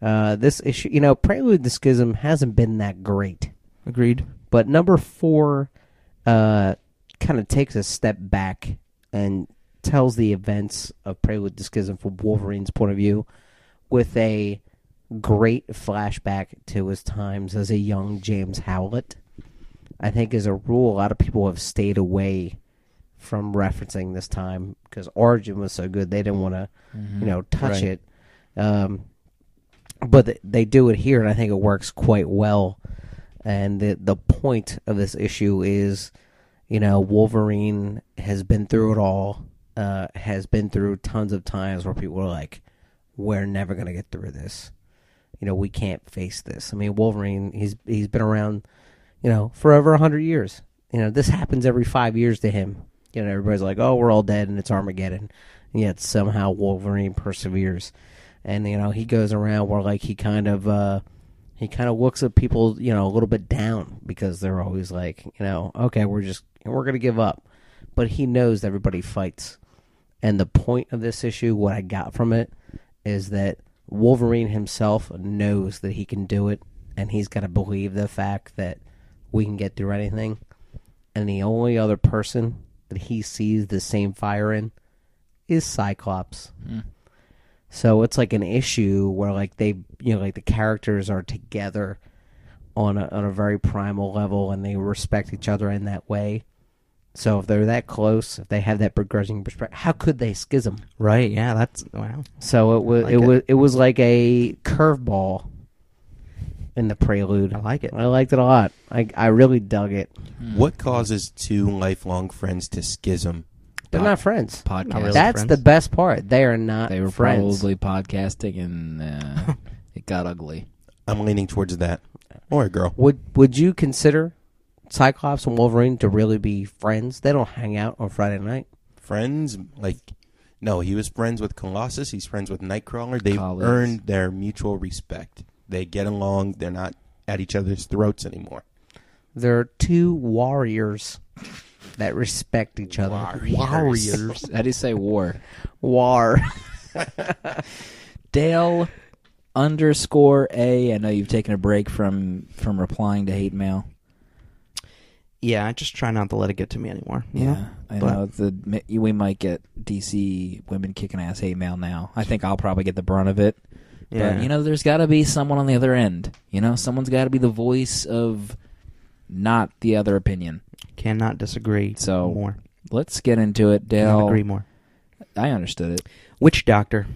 Speaker 3: Uh, this issue, you know, Prelude to Schism hasn't been that great.
Speaker 4: Agreed.
Speaker 3: But number four uh, kind of takes a step back and tells the events of Prelude to Schism from Wolverine's point of view with a great flashback to his times as a young James Howlett. I think, as a rule, a lot of people have stayed away from referencing this time because Origin was so good they didn't want to, you know, touch
Speaker 4: Right.
Speaker 3: it. Um, but th- they do it here, and I think it works quite well. And the the point of this issue is, you know, Wolverine has been through it all. Uh, has been through tons of times where people are like, "We're never gonna get through this." You know, we can't face this. I mean, Wolverine, he's he's been around, you know, for over hundred years. You know, this happens every five years to him. You know, everybody's like, "Oh, we're all dead," and it's Armageddon. And yet somehow Wolverine perseveres and you know he goes around where like he kind of uh he kind of looks at people you know a little bit down because they're always like you know okay we're just we're gonna give up but he knows everybody fights and the point of this issue what i got from it is that wolverine himself knows that he can do it and he's got to believe the fact that we can get through anything and the only other person that he sees the same fire in is cyclops so it's like an issue where like they you know like the characters are together on a, on a very primal level and they respect each other in that way. So if they're that close, if they have that begrudging respect, how could they schism?
Speaker 4: Right. Yeah. That's wow.
Speaker 3: So it was
Speaker 4: like
Speaker 3: it
Speaker 4: it.
Speaker 3: was it was like a curveball in the prelude.
Speaker 4: I like it.
Speaker 3: I liked it a lot. I I really dug it.
Speaker 2: Mm.
Speaker 5: What causes two lifelong friends to schism?
Speaker 3: They're not friends.
Speaker 2: Podcast.
Speaker 4: really.
Speaker 3: That's
Speaker 4: friends.
Speaker 3: the best part. They are not
Speaker 2: They were
Speaker 3: friends.
Speaker 2: probably podcasting and uh, <laughs> it got ugly.
Speaker 5: I'm leaning towards that. Or a girl.
Speaker 3: Would would you consider Cyclops and Wolverine to really be friends? They don't hang out on Friday night.
Speaker 5: Friends, like, no, he was friends with Colossus. He's friends with Nightcrawler. They've
Speaker 2: Colleagues.
Speaker 5: earned their mutual respect. They get along. They're not at each other's throats anymore.
Speaker 3: They're two warriors that respect each other.
Speaker 2: Warriors. <laughs> How do you say war?
Speaker 3: War.
Speaker 2: Dale underscore A. I know you've taken a break from from replying to hate mail.
Speaker 4: Yeah. I just try not to let it get to me anymore. you know?
Speaker 2: I
Speaker 4: But-
Speaker 2: know the we might get DC women kicking ass hate mail now. I think I'll probably get the brunt of it.
Speaker 4: Yeah.
Speaker 2: But you know, there's got to be someone on the other end. You know, someone's got to be the voice of not the other opinion.
Speaker 4: Cannot disagree.
Speaker 2: So-
Speaker 4: more.
Speaker 2: Let's get into it,
Speaker 4: Cannot
Speaker 2: Dale.
Speaker 4: agree more.
Speaker 2: I understood it.
Speaker 4: Witch Doctor,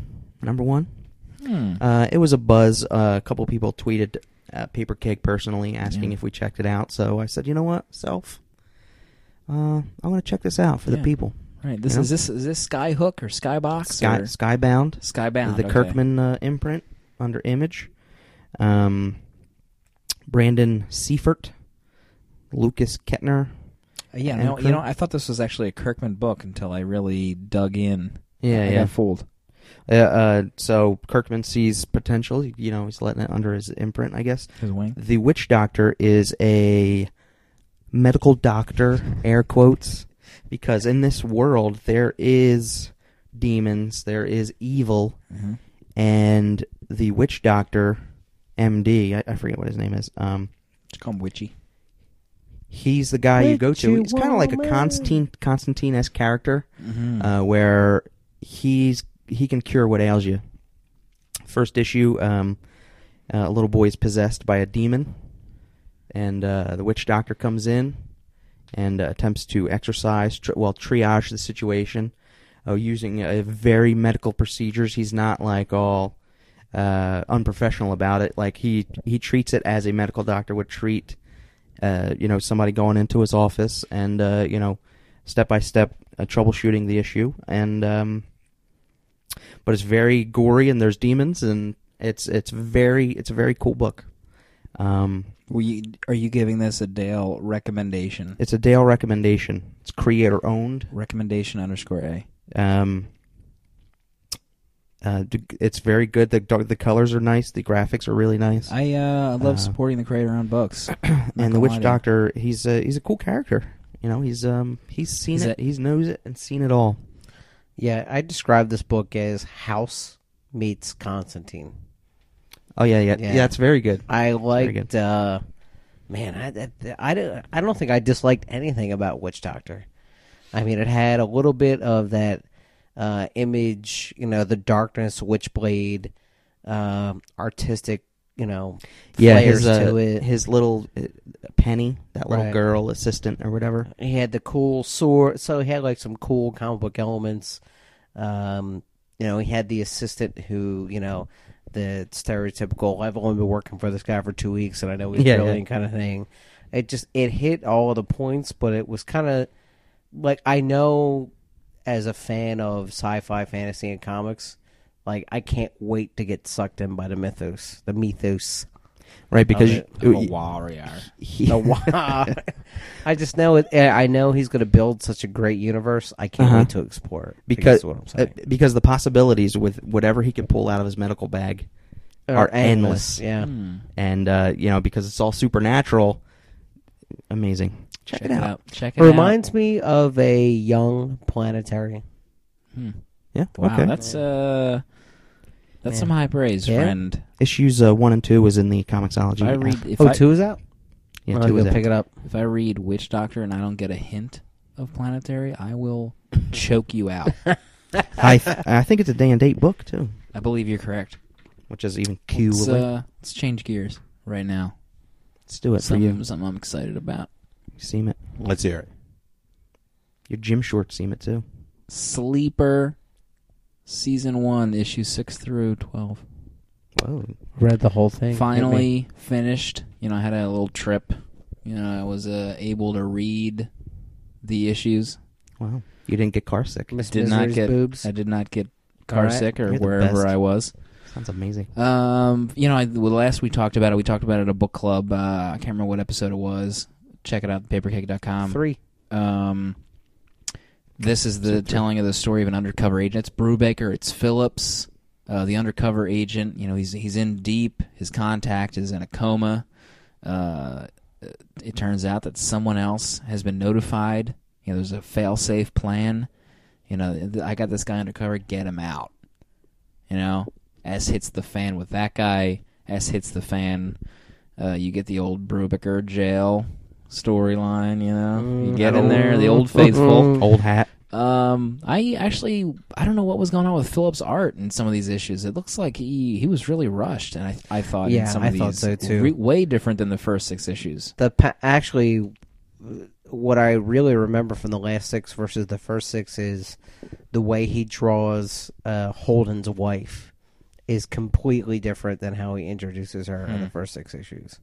Speaker 4: number one.
Speaker 2: Hmm.
Speaker 4: Uh, it was a buzz. Uh, a couple people tweeted at Paper Cake personally asking
Speaker 2: Yeah.
Speaker 4: if we checked it out. So I said, you know what, self, uh, I'm gonna check this out for
Speaker 2: Yeah.
Speaker 4: the people.
Speaker 2: Right. This
Speaker 4: Yeah.
Speaker 2: is this is this Skyhook or Skybox
Speaker 4: Sky,
Speaker 2: or
Speaker 4: Skybound,
Speaker 2: Skybound.
Speaker 4: the
Speaker 2: okay.
Speaker 4: Kirkman uh, imprint under Image. Um, Brandon Seifert, Lucas Kettner.
Speaker 2: Uh, Yeah,
Speaker 4: and
Speaker 2: no, you
Speaker 4: Kirk-
Speaker 2: know, I thought this was actually a Kirkman book until I really dug in.
Speaker 4: Yeah,
Speaker 2: I
Speaker 4: yeah.
Speaker 2: got fooled.
Speaker 4: Uh, uh, so Kirkman sees potential. You know, he's letting it under his imprint, I guess.
Speaker 2: His wing.
Speaker 4: The witch doctor is a medical doctor, air quotes, because in this world there is demons, there is evil,
Speaker 2: Mhm.
Speaker 4: and the witch doctor, MD, I, I forget what his name is. Um,
Speaker 2: Just call him Witchy.
Speaker 4: he's the guy you go to.
Speaker 3: Witchy
Speaker 4: He's kind of like a
Speaker 3: woman.
Speaker 4: Constantine Constantine esque character, uh, where he's he can cure what ails you. First issue, um, a little boy is possessed by a demon, and uh, the witch doctor comes in and uh, attempts to exorcise, tr- well, triage the situation uh, using uh, very medical procedures. He's not like all uh, unprofessional about it. Like he he treats it as a medical doctor would treat, uh, you know, somebody going into his office and uh, you know, step by step uh, troubleshooting the issue. And um, but it's very gory and there's demons and It's it's very it's a very cool book. Um,
Speaker 2: Were you, are you giving this a Dale recommendation?
Speaker 4: it's a Dale recommendation. It's creator owned.
Speaker 2: recommendation underscore A.
Speaker 4: Um, uh, d- it's very good. The the colors are nice. The graphics are really nice.
Speaker 2: I uh, I love
Speaker 4: Uh,
Speaker 2: supporting the creator on books. Not
Speaker 4: <clears throat> and
Speaker 2: gonna
Speaker 4: the
Speaker 2: lie
Speaker 4: Witch
Speaker 2: to you.
Speaker 4: Doctor, he's a, he's a cool character. You know, he's um he's seen
Speaker 2: Is
Speaker 4: it,
Speaker 2: that-
Speaker 4: he's knows it, and seen it all.
Speaker 3: Yeah, I describe this book as House meets Constantine.
Speaker 4: Oh yeah, yeah,
Speaker 3: Yeah.
Speaker 4: yeah. It's very good.
Speaker 3: I
Speaker 4: good.
Speaker 3: liked, uh, man, I, that- I, don't- I don't think I disliked anything about Witch Doctor. I mean, it had a little bit of that uh, image, you know, the darkness, Witchblade, um, artistic, you know,
Speaker 4: yeah,
Speaker 3: flares
Speaker 4: his uh,
Speaker 3: to it.
Speaker 4: his little uh, Penny, that little
Speaker 3: Right.
Speaker 4: girl assistant or whatever.
Speaker 3: he had the cool sword, so he had like some cool comic book elements. Um, you know, he had the assistant who, you know, the stereotypical. I've only been working for this guy for two weeks, and I know he's
Speaker 4: Yeah,
Speaker 3: building
Speaker 4: yeah.
Speaker 3: kind of thing. It just it hit all of the points, but it was kind of like I know as a fan of sci-fi, fantasy, and comics, like I can't wait to get sucked in by the mythos, the mythos.
Speaker 4: Right, because
Speaker 3: it.
Speaker 4: you-
Speaker 2: I'm a
Speaker 4: you-
Speaker 2: warrior.
Speaker 4: he- <laughs>
Speaker 3: Oh, wow. I just know it. eh, I know he's going to build such a great universe. I can't
Speaker 4: Uh-huh.
Speaker 3: wait to explore it. I guess
Speaker 4: because
Speaker 3: is what I'm saying.
Speaker 4: uh, because the possibilities with whatever he can pull out of his medical bag are
Speaker 3: Or
Speaker 4: endless.
Speaker 3: Yeah.
Speaker 2: Hmm.
Speaker 4: and uh, you know because it's all supernatural, amazing. Check, it out.
Speaker 2: Check
Speaker 3: It
Speaker 2: it
Speaker 3: reminds me of a young planetary.
Speaker 2: out. Hmm.
Speaker 4: Yeah,
Speaker 2: Wow,
Speaker 4: okay.
Speaker 2: that's uh, that's
Speaker 4: Man.
Speaker 2: some high praise,
Speaker 3: Yeah.
Speaker 2: friend.
Speaker 4: Issues uh, one and two was in the
Speaker 2: If
Speaker 4: comicsology.
Speaker 2: I read, if,
Speaker 3: oh,
Speaker 2: I,
Speaker 3: two is out.
Speaker 4: yeah,
Speaker 3: I'll
Speaker 4: two
Speaker 3: go
Speaker 4: was out.
Speaker 3: pick it up.
Speaker 2: if I read Witch Doctor and I don't get a hint of planetary, I
Speaker 4: <laughs>
Speaker 2: will choke you out.
Speaker 4: I th- I think it's a day and date book too,
Speaker 2: I believe you're correct.
Speaker 4: which is even cooler.
Speaker 2: Let's, uh, let's change gears right now.
Speaker 4: Let's do it for
Speaker 2: Something,
Speaker 3: um,
Speaker 4: you.
Speaker 2: something I'm excited about.
Speaker 4: Seam it.
Speaker 5: Let's hear it.
Speaker 4: Your gym shorts seam it too.
Speaker 2: Sleeper, season one, issue six through twelve.
Speaker 4: Whoa.
Speaker 3: Read the whole thing.
Speaker 2: finally finished. You know, I had a little trip. You know, I was uh, able to read the issues.
Speaker 4: Wow. You didn't get car sick.
Speaker 3: Miss
Speaker 2: Did not
Speaker 3: Misery's
Speaker 2: get
Speaker 3: boobs.
Speaker 2: I did not get car
Speaker 3: Alright.
Speaker 2: sick or
Speaker 4: You're the
Speaker 2: wherever
Speaker 4: best.
Speaker 2: I was.
Speaker 4: Sounds amazing.
Speaker 2: Um, you know, I, well, last we talked about it. We talked about it at a book club. Uh, I can't remember what episode it was. Check it out, papercake.com.
Speaker 3: Three.
Speaker 2: Um, this is the telling of the story of an undercover agent. It's Brubaker. It's Phillips, uh, the undercover agent. You know, he's he's in deep. His contact is in a coma. Uh, it turns out that someone else has been notified. You know, there's a fail-safe plan. You know, th- I got this guy undercover. Get him out. You know, S hits the fan with that guy. S hits the fan. Uh, you get the old Brubaker jail storyline. You know, you get in there, the old
Speaker 4: <laughs>
Speaker 2: faithful.
Speaker 4: Old hat.
Speaker 2: Um, I actually I don't know what was going on with Phillips' art in some of these issues. It looks like he he was really rushed, and I I thought in
Speaker 3: Yeah,
Speaker 2: some
Speaker 3: I
Speaker 2: of
Speaker 3: thought
Speaker 2: these
Speaker 3: so, too.
Speaker 2: re- way different than the first six issues.
Speaker 3: The pa- actually, what I really remember from the last six versus the first six is the way he draws uh, Holden's wife is completely different than how he introduces her in
Speaker 2: Hmm.
Speaker 3: the first six issues.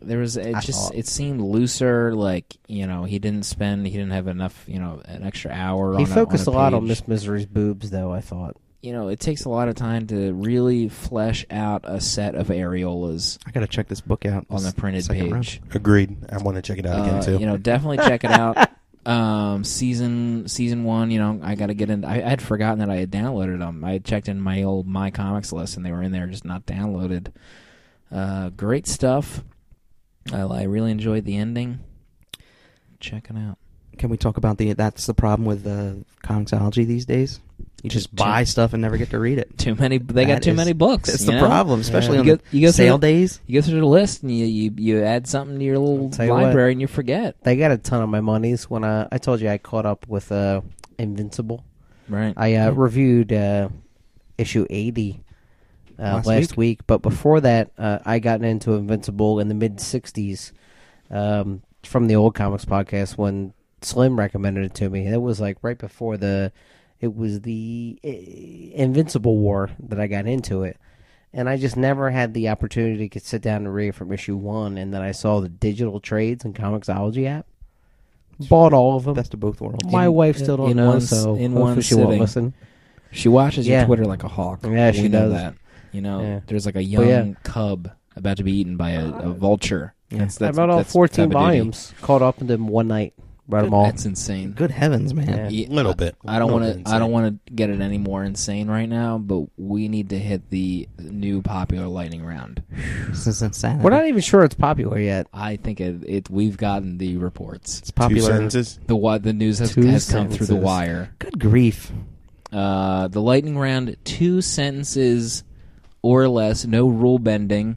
Speaker 2: There was it
Speaker 3: I
Speaker 2: just
Speaker 3: thought.
Speaker 2: it seemed looser. Like you know he didn't spend he didn't have enough you know an extra hour.
Speaker 3: He
Speaker 2: on
Speaker 3: focused a,
Speaker 2: a, on a,
Speaker 3: lot on
Speaker 2: page.
Speaker 3: Miss Misery's boobs, though. I thought.
Speaker 2: You know it takes a lot of time to really flesh out a set of areolas
Speaker 4: I gotta check this book out
Speaker 2: on the
Speaker 4: This
Speaker 2: printed
Speaker 4: second
Speaker 2: page.
Speaker 4: round.
Speaker 5: Agreed. I want to check it out again
Speaker 2: Uh,
Speaker 5: too.
Speaker 2: You know, definitely check it out. um, season season one. You know, I got to get in. I, I had forgotten that I had downloaded them. I had checked in my old my comics list, and they were in there, just not downloaded. Uh, great stuff. I, I really enjoyed the ending. Check it out.
Speaker 4: Can we talk about the? That's the problem with uh, comicsology these days. You just
Speaker 2: Too-
Speaker 4: buy stuff and never get to read it.
Speaker 2: Too many. They
Speaker 4: That
Speaker 2: got too
Speaker 4: is-
Speaker 2: many books.
Speaker 4: That's
Speaker 2: you
Speaker 4: the
Speaker 2: know?
Speaker 4: problem, especially
Speaker 2: You
Speaker 4: on
Speaker 2: go-
Speaker 4: the
Speaker 2: you go through
Speaker 4: sale
Speaker 2: the-
Speaker 4: days.
Speaker 2: You go through the list and you, you, you add something to your little
Speaker 3: I'll tell you what.
Speaker 2: library and you forget.
Speaker 3: They got a ton of my monies when I, I told you I caught up with uh, Invincible.
Speaker 2: Right.
Speaker 3: I uh, reviewed uh, issue 80 uh,
Speaker 4: Last
Speaker 3: last, week. but before that, uh, I got into Invincible in the mid 60s um, from the old comics podcast when Slim recommended it to me. It was like right before the. It was the uh, Invincible War that I got into it. And I just never had the opportunity to sit down and read from issue one. And then I saw the digital trades and Comicsology app. Bought all of them.
Speaker 4: Best of both worlds.
Speaker 3: My
Speaker 2: In-
Speaker 3: wife still don't
Speaker 2: in
Speaker 3: know,
Speaker 2: one s-
Speaker 3: so
Speaker 2: in
Speaker 3: hopefully
Speaker 2: one
Speaker 3: she won't
Speaker 2: sitting.
Speaker 3: listen.
Speaker 2: She watches
Speaker 3: Yeah.
Speaker 2: your Twitter like a hawk.
Speaker 3: Yeah,
Speaker 2: We
Speaker 3: she
Speaker 2: know
Speaker 3: does.
Speaker 2: that. You know,
Speaker 3: Yeah.
Speaker 2: there's like a
Speaker 3: But
Speaker 2: young
Speaker 3: yeah.
Speaker 2: cub about to be eaten by a, a vulture. That's,
Speaker 3: I
Speaker 2: that's
Speaker 3: bought all
Speaker 2: that's
Speaker 3: 14
Speaker 2: Babadook.
Speaker 3: volumes, caught up in them one night, read them all.
Speaker 2: That's insane.
Speaker 4: Good heavens, man.
Speaker 3: Yeah.
Speaker 2: Yeah,
Speaker 5: Little
Speaker 2: I-
Speaker 5: bit.
Speaker 2: I don't
Speaker 5: Little
Speaker 2: want
Speaker 5: bit
Speaker 2: to. I don't
Speaker 5: insane.
Speaker 2: want to get it any more insane right now. But we need to hit the new popular lightning round.
Speaker 4: This is insanity.
Speaker 3: We're not even sure it's popular yet.
Speaker 2: I think it. it we've gotten the reports.
Speaker 4: it's
Speaker 5: Two
Speaker 4: popular.
Speaker 5: sentences.
Speaker 2: The what the news has,
Speaker 3: Two
Speaker 2: has come through the
Speaker 3: sentences.
Speaker 2: wire.
Speaker 4: Good grief.
Speaker 2: Uh, the lightning round, two sentences or less, no rule bending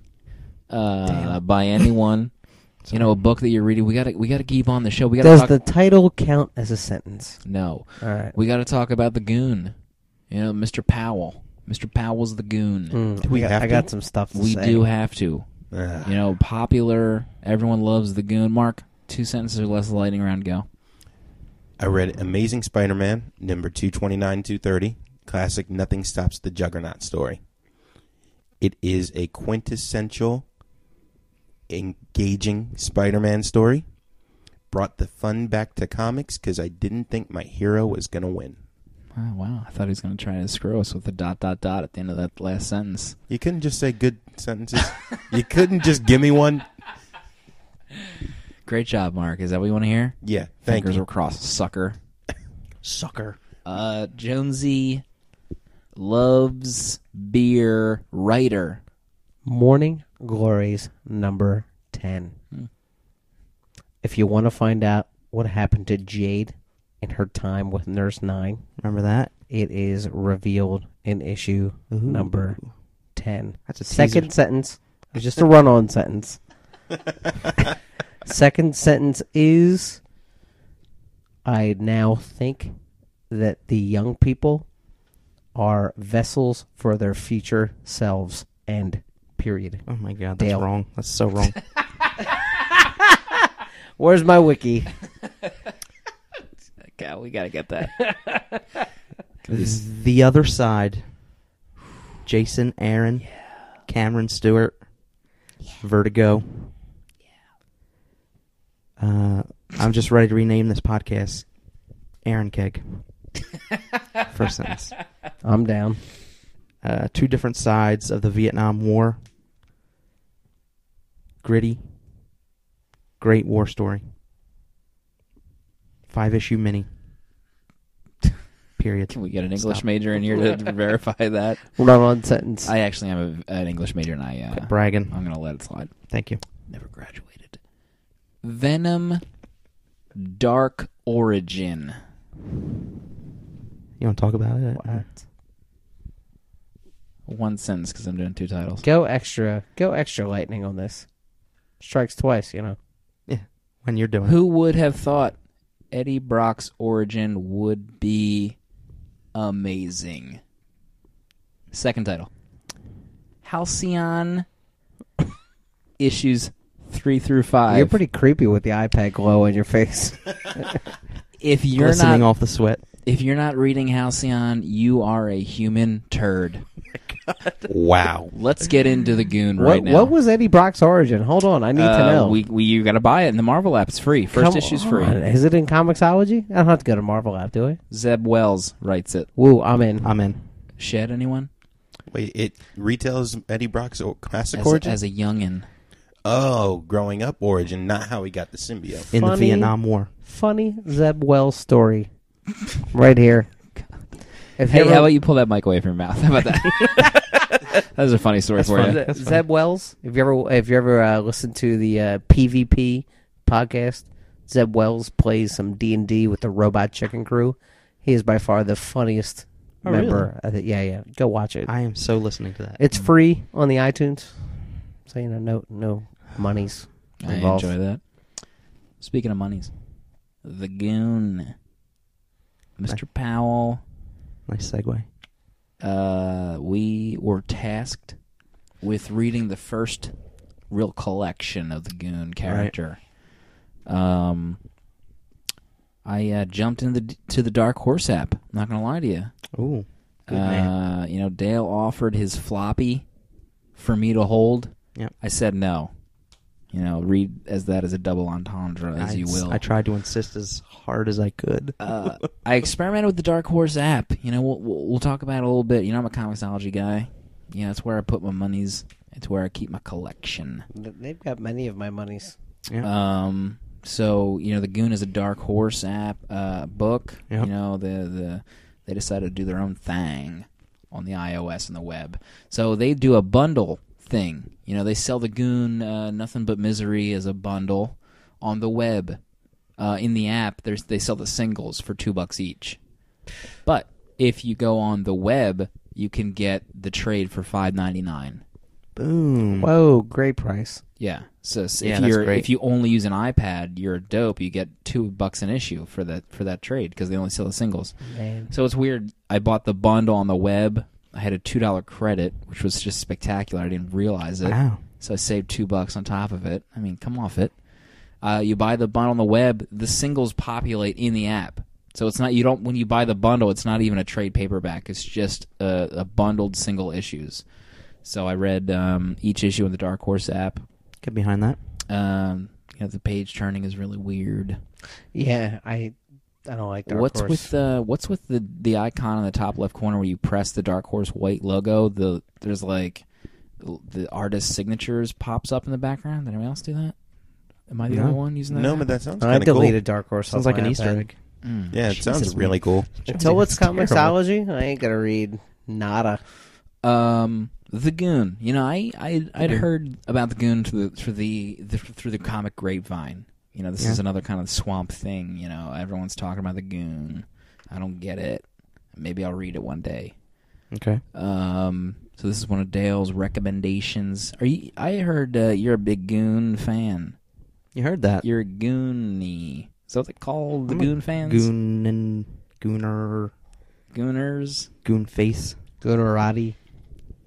Speaker 2: uh,
Speaker 3: <laughs>
Speaker 2: by anyone. you know, a book that you're reading. We gotta we gotta keep on the show. We gotta
Speaker 3: Does
Speaker 2: talk.
Speaker 3: the title count as a sentence?
Speaker 2: no,
Speaker 3: All right.
Speaker 2: we gotta talk about the goon. You know, Mr. Powell. Mr. Powell's the goon.
Speaker 3: Mm,
Speaker 5: Do we
Speaker 3: I got,
Speaker 5: have
Speaker 3: I
Speaker 5: to?
Speaker 3: got some stuff to
Speaker 2: We
Speaker 3: say.
Speaker 2: do have to.
Speaker 5: Ah.
Speaker 2: You know, popular. Everyone loves the goon. Mark, two sentences or less. Lightning round, go.
Speaker 5: I read Amazing Spider-Man number 229 230, classic Nothing Stops the Juggernaut story. It is a quintessential engaging Spider-Man story. Brought the fun back to comics cuz I didn't think my hero was going to win.
Speaker 3: Ah,
Speaker 2: Oh, wow, I thought he was going to try to screw us with a dot dot dot at the end of that last sentence.
Speaker 5: You couldn't just say good
Speaker 2: <laughs>
Speaker 5: sentences. you couldn't just give me one.
Speaker 2: Great job, Mark. Is that what you want to hear?
Speaker 5: Yeah, thank
Speaker 2: Fingers
Speaker 5: you.
Speaker 2: were crossed, sucker.
Speaker 4: Sucker.
Speaker 2: Uh, Jonesy loves beer writer.
Speaker 3: Morning Glories number 10.
Speaker 2: Hmm.
Speaker 3: If you want to find out what happened to Jade in her time with Nurse 9,
Speaker 4: Remember that?
Speaker 3: it is revealed in issue number 10.
Speaker 4: That's a
Speaker 3: Second
Speaker 4: teaser.
Speaker 3: sentence is just a run on
Speaker 4: <laughs>
Speaker 3: sentence. Second sentence is I now think that the young people are vessels for their future selves. End. Period.
Speaker 4: Oh my god, that's
Speaker 3: Dale.
Speaker 4: wrong. That's so
Speaker 2: <laughs>
Speaker 4: wrong.
Speaker 3: Where's my wiki?
Speaker 2: God, we gotta get that.
Speaker 4: the other side. Jason Aaron. Cameron Stewart. Vertigo. Uh, I'm just ready to rename this podcast
Speaker 2: <laughs>
Speaker 4: Aaron Keg. First sentence.
Speaker 3: I'm down.
Speaker 4: uh, two different sides of the Vietnam War. Gritty. Great war story. Five
Speaker 2: <laughs>
Speaker 4: issue mini.
Speaker 2: <laughs>
Speaker 4: Period.
Speaker 2: Can we get an English major in here to <laughs> verify that?
Speaker 3: Run on sentence.
Speaker 2: I actually am a, an English major, and I uh,
Speaker 4: Quit bragging.
Speaker 2: I'm gonna let it slide.
Speaker 4: Thank you.
Speaker 2: Never graduated. Venom, Dark Origin.
Speaker 4: You want to talk about it?
Speaker 2: One sentence because I'm doing two titles.
Speaker 3: Go extra. Go extra lightning on this. Strikes twice, you know.
Speaker 4: Yeah. When you're doing it.
Speaker 2: Who would have thought Eddie Brock's origin would be amazing? Second title Halcyon <laughs> issues three through 5
Speaker 3: You're pretty creepy with the iPad glow on your face. <laughs>
Speaker 2: if you're
Speaker 4: Glistening
Speaker 2: not
Speaker 4: off the sweat.
Speaker 2: if you're not reading Halcyon, you are a human turd.
Speaker 5: Wow.
Speaker 2: Let's get into the goon right
Speaker 3: what,
Speaker 2: now.
Speaker 3: what was Eddie Brock's origin? Hold on, I need to
Speaker 2: Uh,
Speaker 3: know.
Speaker 2: We, we you got to buy it in the Marvel app. It's free. First
Speaker 3: Come
Speaker 2: issue's
Speaker 3: on.
Speaker 2: free.
Speaker 3: Is it in Comixology? I don't have to go to Marvel app, do I?
Speaker 2: Zeb Wells writes it.
Speaker 3: Woo, I'm in.
Speaker 4: I'm in.
Speaker 2: Shed anyone
Speaker 5: Wait, it retails Eddie Brock's o- classic
Speaker 2: as,
Speaker 5: origin.
Speaker 2: as a youngin?
Speaker 5: oh, growing up origin, not how he got the symbiote.
Speaker 4: In the
Speaker 3: Funny.
Speaker 4: Vietnam War.
Speaker 3: Funny Zeb Wells story, right here. If
Speaker 2: Hey,
Speaker 3: ever-
Speaker 2: how about you pull that mic away from your mouth? How about that? <laughs> that was a funny story for
Speaker 4: fun.
Speaker 2: you.
Speaker 4: That's funny.
Speaker 3: Zeb Wells? If you ever, if you ever uh, listened to the uh, PvP podcast, Zeb Wells plays some D and D with the Robot Chicken Crew. He is by far the funniest
Speaker 4: Oh,
Speaker 3: member. of the- yeah, yeah. Go watch it.
Speaker 4: I am so listening to that.
Speaker 3: It's free on the iTunes, so you know no no monies
Speaker 2: I
Speaker 3: involved.
Speaker 2: enjoy that. Speaking of monies, the goon, Mr. Powell.
Speaker 4: nice segue.
Speaker 2: Uh, we were tasked with reading the first real collection of the goon character. Um, I uh, jumped into the to the Dark Horse app. I'm not gonna lie to you.
Speaker 4: Ooh.
Speaker 2: Uh,
Speaker 4: Good man.
Speaker 2: You know, Dale offered his floppy for me to hold.
Speaker 4: Yep.
Speaker 2: I said no. You know, read as that as a double entendre as
Speaker 4: I,
Speaker 2: you will.
Speaker 4: I tried to insist as hard as I could. <laughs>
Speaker 2: uh, I experimented with the Dark Horse app. You know, we'll, we'll, we'll talk about it a little bit. You know, I'm a comicsology guy. you know, it's where I put my monies. It's where I keep my collection.
Speaker 3: They've got many of my monies.
Speaker 4: Yeah.
Speaker 2: Um, so you know, the Goon is a dark horse app uh, book.
Speaker 4: Yep.
Speaker 2: You know, the the they decided to do their own thing on the iOS and the web. So they do a bundle thing. You know, they sell the Goon uh, Nothing But Misery as a bundle on the web. Uh, in the app, there's they sell the singles for two bucks each. But if you go on the web, you can get the trade for five ninety nine.
Speaker 4: Boom.
Speaker 3: Whoa, great price.
Speaker 2: Yeah. So s-
Speaker 4: Yeah,
Speaker 2: if
Speaker 4: that's
Speaker 2: you're
Speaker 4: great.
Speaker 2: if you only use an iPad, you're a dope. You get two bucks an issue for that for that trade because they only sell the singles.
Speaker 3: Man.
Speaker 2: So it's weird. I bought the bundle on the web. I had a two dollar credit, which was just spectacular. I didn't realize it.
Speaker 4: Wow.
Speaker 2: So I saved two bucks on top of it. I mean, come off it. Uh, you buy the bundle on the web. The singles populate in the app. So it's not you don't when you buy the bundle. It's not even a trade paperback. It's just uh, a, a bundled single issues. So I read um, each issue in the Dark Horse app.
Speaker 4: Get behind that.
Speaker 2: Um, you know, the page turning is really weird.
Speaker 3: Yeah, I I don't like Dark
Speaker 2: what's
Speaker 3: Horse.
Speaker 2: with the what's with the the icon in the top left corner where you press the Dark Horse white logo? The there's like l- the artist signatures pops up in the background. Did anyone else do that? Am I the
Speaker 4: No.
Speaker 2: only one using that?
Speaker 5: No,
Speaker 2: app?
Speaker 5: but that sounds
Speaker 3: I
Speaker 5: kind of cool.
Speaker 3: deleted Dark Horse.
Speaker 4: Sounds
Speaker 3: off
Speaker 4: like
Speaker 3: my
Speaker 4: an Easter
Speaker 3: iPad.
Speaker 4: egg.
Speaker 2: Mm.
Speaker 5: Yeah, it sounds
Speaker 2: Jesus,
Speaker 5: really cool.
Speaker 3: Until it's
Speaker 2: Terrible.
Speaker 3: comicsology, I ain't gonna read nada.
Speaker 2: Um, the Goon. You know, I I I'd
Speaker 4: Goon.
Speaker 2: heard about the Goon through the through the, the through the comic grapevine. You know, this
Speaker 4: Yeah.
Speaker 2: is another kind of swamp thing. You know, everyone's talking about the Goon. I don't get it. Maybe I'll read it one day.
Speaker 4: Okay.
Speaker 2: Um, so this is one of Dale's recommendations. Are you? I heard uh, you're a big Goon fan.
Speaker 4: You heard that.
Speaker 2: You're a Goonie. Is that what they call the
Speaker 4: I'm a
Speaker 2: Goon fans?
Speaker 4: Goon and gooner
Speaker 2: Gooners.
Speaker 4: goon face.
Speaker 3: Gunerati.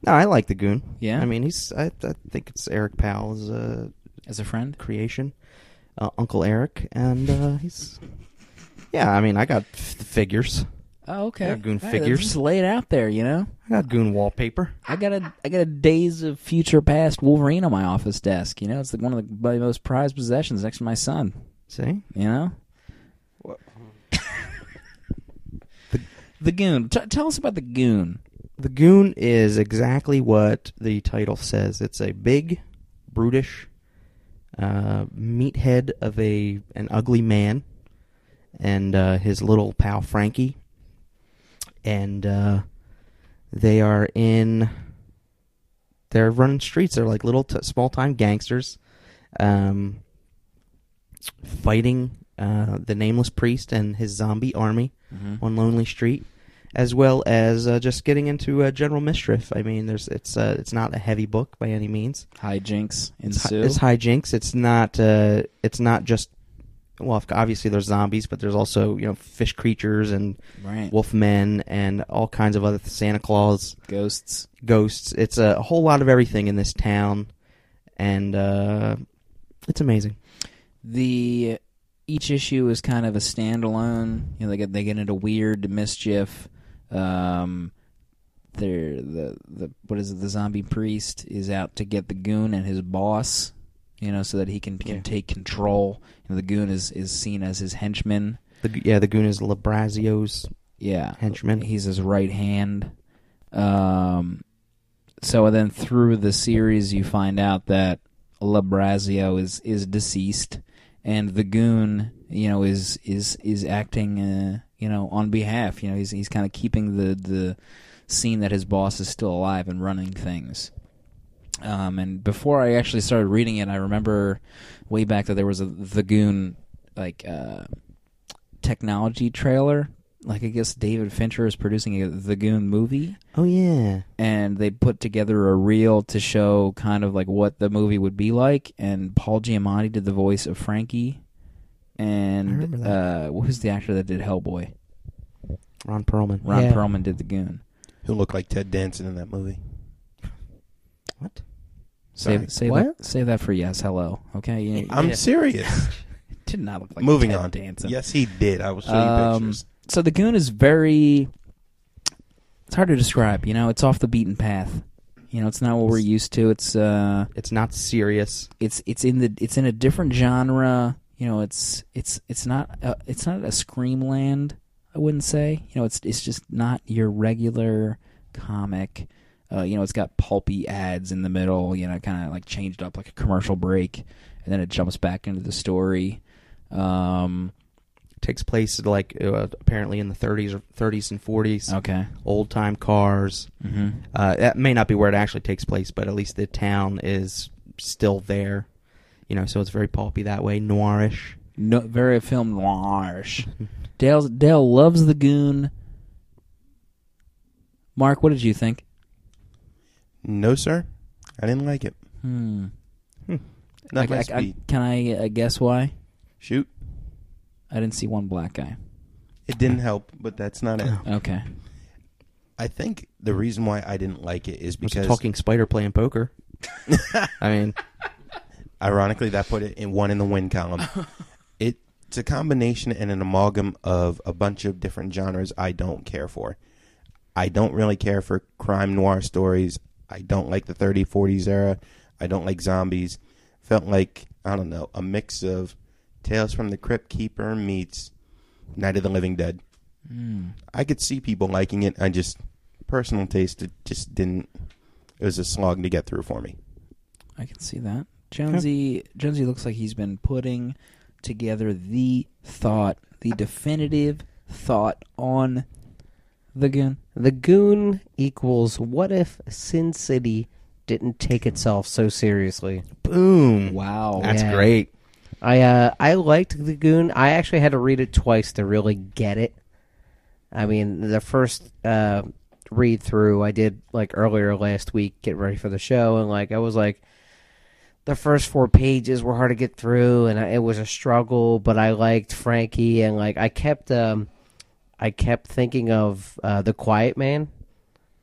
Speaker 4: No, I like the goon.
Speaker 2: Yeah?
Speaker 4: I mean, he's. I, I think it's Eric Powell's uh,
Speaker 2: As a friend.
Speaker 4: creation, uh, Uncle Eric, and uh, he's. Yeah, I mean, I got f- figures.
Speaker 2: Oh, okay.
Speaker 4: Yeah, Goon
Speaker 2: All right,
Speaker 4: figures.
Speaker 2: Just laid out there, you know.
Speaker 4: I got goon wallpaper.
Speaker 2: I got a I got a Days of Future Past Wolverine on my office desk. You know, it's like one of the my most prized possessions next to my son.
Speaker 4: See,
Speaker 2: You know. <laughs> the Goon. T- tell us about the Goon.
Speaker 4: the goon is exactly what the title says. It's a big, brutish, uh, meathead of a an ugly man, and uh, his little pal Frankie, and uh, they are in. They're running streets. They're like little t- small time gangsters, um, fighting uh, the nameless priest and his zombie army on Lonely Street, as well as uh, just getting into uh, general mischief. I mean, there's it's uh, it's not a heavy book by any means.
Speaker 2: Hijinks
Speaker 4: It's, hi-
Speaker 2: ensue.
Speaker 4: it's hijinks. It's not. Uh, it's not just. Well, of- obviously there's zombies, but there's also you know fish creatures and
Speaker 2: Right.
Speaker 4: wolf men and all kinds of other Santa Claus
Speaker 2: Ghosts.
Speaker 4: ghosts. It's a whole lot of everything in this town, and uh, it's amazing.
Speaker 2: The each issue is kind of a standalone. You know, they get they get into weird mischief. Um, they're the the what is it? The zombie priest is out to get the goon and his boss. You know, so that he can, can
Speaker 4: Yeah.
Speaker 2: take control. You know, the goon is is seen as his henchman.
Speaker 4: The, yeah, the goon is Labrazio's
Speaker 2: Yeah,
Speaker 4: henchman.
Speaker 2: He's his right hand. Um, so then through the series, you find out that Labrazio is is deceased, and the goon, you know, is is is acting, uh, you know, on behalf. You know, he's he's kind of keeping the the scene that his boss is still alive and running things. Um, and before I actually started reading it, I remember way back that there was a the goon like uh, technology trailer. Like I guess David Fincher is producing a the Goon movie,
Speaker 4: Oh yeah,
Speaker 2: and they put together a reel to show kind of like what the movie would be like. And Paul Giamatti did the voice of Frankie,
Speaker 4: I remember
Speaker 2: and uh,
Speaker 4: that.
Speaker 2: who's the actor that did Hellboy?
Speaker 4: Ron Perlman.
Speaker 2: Ron
Speaker 3: Yeah.
Speaker 2: Perlman did the Goon.
Speaker 5: Who looked like Ted Danson in that movie?
Speaker 4: What?
Speaker 5: Sorry.
Speaker 2: Save, save
Speaker 3: What?
Speaker 2: that, save that for yes, hello. Okay, you,
Speaker 5: I'm
Speaker 4: Yeah.
Speaker 5: serious.
Speaker 2: it did not look <laughs> like
Speaker 5: Moving
Speaker 2: Ted
Speaker 5: on.
Speaker 2: Danson.
Speaker 5: Yes, he did. I will show you
Speaker 2: Um,
Speaker 5: pictures.
Speaker 2: so the goon is very it's hard to describe you know it's off the beaten path you know it's not what we're used to it's uh
Speaker 4: It's not serious.
Speaker 2: it's it's in the it's in a different genre you know it's it's it's not a, it's not a screamland i wouldn't say you know it's it's just not your regular comic Uh, you know, it's got pulpy ads in the middle. You know, kind of like changed up like a commercial break, and then it jumps back into the story. Um,
Speaker 4: takes place like uh, apparently in the 30s or 30s and 40s.
Speaker 2: okay.
Speaker 4: Old time cars.
Speaker 2: hmm
Speaker 4: Uh, that may not be where it actually takes place, but at least the town is still there. You know, so it's very pulpy that way, noirish.
Speaker 2: No, very film noirish. Dale Dale loves the goon. Mark, what did you think?
Speaker 5: No, sir. I didn't like it.
Speaker 2: Hmm.
Speaker 5: Not
Speaker 2: I-
Speaker 5: my
Speaker 2: I- I-
Speaker 5: speed.
Speaker 2: can I uh, guess why?
Speaker 5: Shoot.
Speaker 2: I didn't see one black guy.
Speaker 5: It didn't help, but that's not it.
Speaker 2: Okay.
Speaker 5: I think the reason why I didn't like it is
Speaker 4: It's
Speaker 5: because,
Speaker 4: a talking spider playing poker. I mean,
Speaker 5: ironically, that put it in one in the win column. it, it's a combination and an amalgam of a bunch of different genres I don't care for. I don't really care for crime noir stories. I don't like the 30s, 40s era. I don't like zombies. Felt like, I don't know, a mix of Tales from the Crypt Keeper meets Night of the Living Dead. I could see people liking it. I just, personal taste, it just didn't, it was a slog to get through for me.
Speaker 2: I can see that. Jonesy Jonesy looks like he's been putting together the thought, the definitive thought on the goon.
Speaker 3: The Goon equals what if Sin City didn't take itself so seriously?
Speaker 4: boom.
Speaker 2: Wow.
Speaker 4: That's
Speaker 3: Yeah.
Speaker 4: great.
Speaker 3: I uh, I liked The Goon. I actually had to read it twice to really get it. I mean, the first uh, read through I did like earlier last week, get ready for the show, and like I was like, the first four pages were hard to get through, and I, it was a struggle. But I liked Frankie, and like I kept um, I kept thinking of uh, the Quiet Man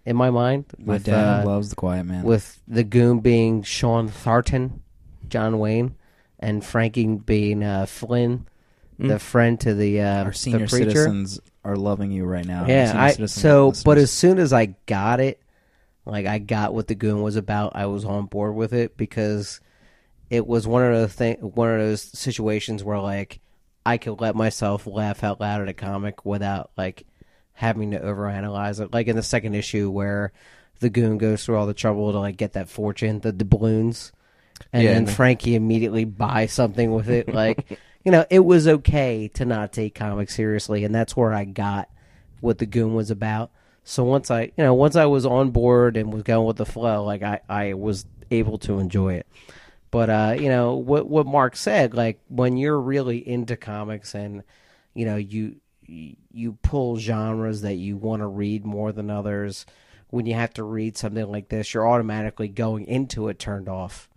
Speaker 3: in my mind.
Speaker 2: My
Speaker 3: with,
Speaker 2: dad
Speaker 3: uh,
Speaker 2: loves the quiet man.
Speaker 3: with the goon being Sean Tharton, John Wayne, and Frankie being uh, Flynn, the friend to the uh,
Speaker 2: Hmm. our senior
Speaker 3: the preacher.
Speaker 2: citizens are loving you right now. Our
Speaker 3: Yeah,
Speaker 2: senior
Speaker 3: I,
Speaker 2: citizens
Speaker 3: so
Speaker 2: and
Speaker 3: but as
Speaker 2: listeners.
Speaker 3: soon as I got it, like I got what the goon was about, I was on board with it because it was one of those thing, one of those situations where like I could let myself laugh out loud at a comic without like having to overanalyze it. Like in the second issue where the goon goes through all the trouble to like get that fortune, the doubloons, and
Speaker 4: Yeah,
Speaker 3: then
Speaker 4: and the-
Speaker 3: Frankie immediately buys something with it.
Speaker 4: <laughs>
Speaker 3: Like you know, it was okay to not take comics seriously, and that's where I got what the goon was about. So once I, you know, once I was on board and was going with the flow, like I, I was able to enjoy it. But uh, you know what what Mark said, like when you're really into comics and you know you you pull genres that you want to read more than others. When you have to read something like this, you're automatically going into it turned off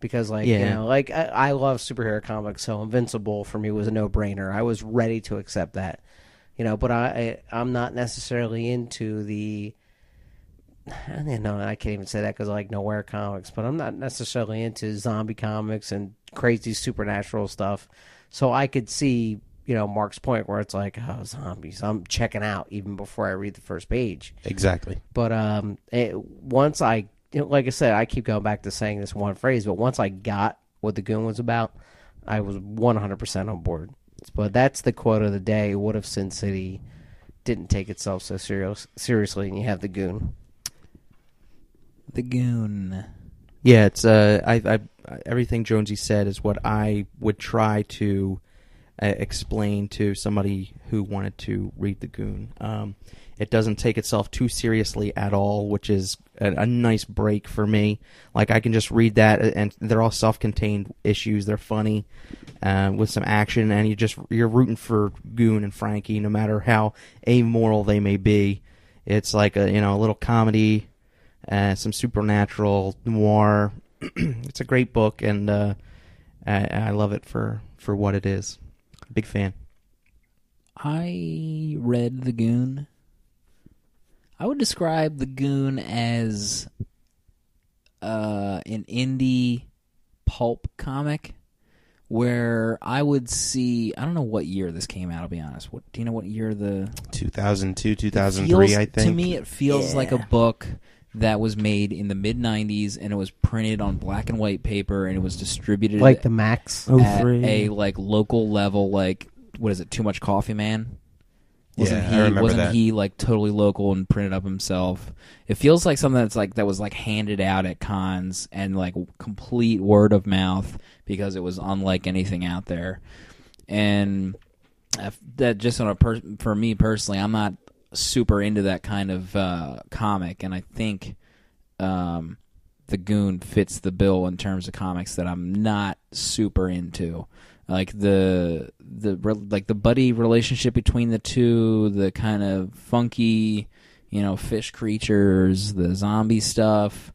Speaker 3: because like you
Speaker 4: Yeah.
Speaker 3: know like I, I love superhero comics, so Invincible for me was a no brainer. I was ready to accept that, you know. But I, I I'm not necessarily into the I don't even know. I can't even say that because I like nowhere comics, but I'm not necessarily into zombie comics and crazy supernatural stuff. So I could see, you know, Mark's point where it's like, oh, zombies. I'm checking out even before I read the first page.
Speaker 5: Exactly.
Speaker 3: But um, it, once I, you know, like I said, I keep going back to saying this one phrase, but once I got what the goon was about, I was 100% on board. But that's the quote of the day. What if Sin City didn't take itself so serious, seriously and you have the goon?
Speaker 2: the goon.
Speaker 4: Yeah, it's uh, I, I everything Jonesy said is what I would try to uh, explain to somebody who wanted to read the Goon. Um, it doesn't take itself too seriously at all, which is a, a nice break for me. Like I can just read that, uh, and they're all self-contained issues. They're funny uh, with some action, and you just you're rooting for Goon and Frankie, no matter how amoral they may be. It's like a you know a little comedy uh, some supernatural noir. <clears throat> it's a great book, and uh, I, I love it for, for what it is. Big fan.
Speaker 2: I read The Goon. I would describe The Goon as uh, an indie pulp comic where I would see. I don't know what year this came out, I'll be honest. What, do you know what year the.
Speaker 5: 2002, 2003,
Speaker 2: feels-
Speaker 5: I think.
Speaker 2: To me, it feels like a book that was made in the mid 90s and it was printed on black and white paper and it was distributed
Speaker 3: Like the Max.
Speaker 2: at a like local level, like what is it? Too much coffee, man. Wasn't
Speaker 5: Yeah, I
Speaker 2: he,
Speaker 5: remember
Speaker 2: wasn't
Speaker 5: that.
Speaker 2: he like totally local and printed up himself? It feels like something that's like that was like handed out at cons and like complete word of mouth because it was unlike anything out there. And I f- that just on a per- for me personally, I'm not super into that kind of uh, comic, and I think um, the Goon fits the bill in terms of comics that I'm not super into. Like the the re- like the buddy relationship between the two, the kind of funky, you know, fish creatures, the zombie stuff.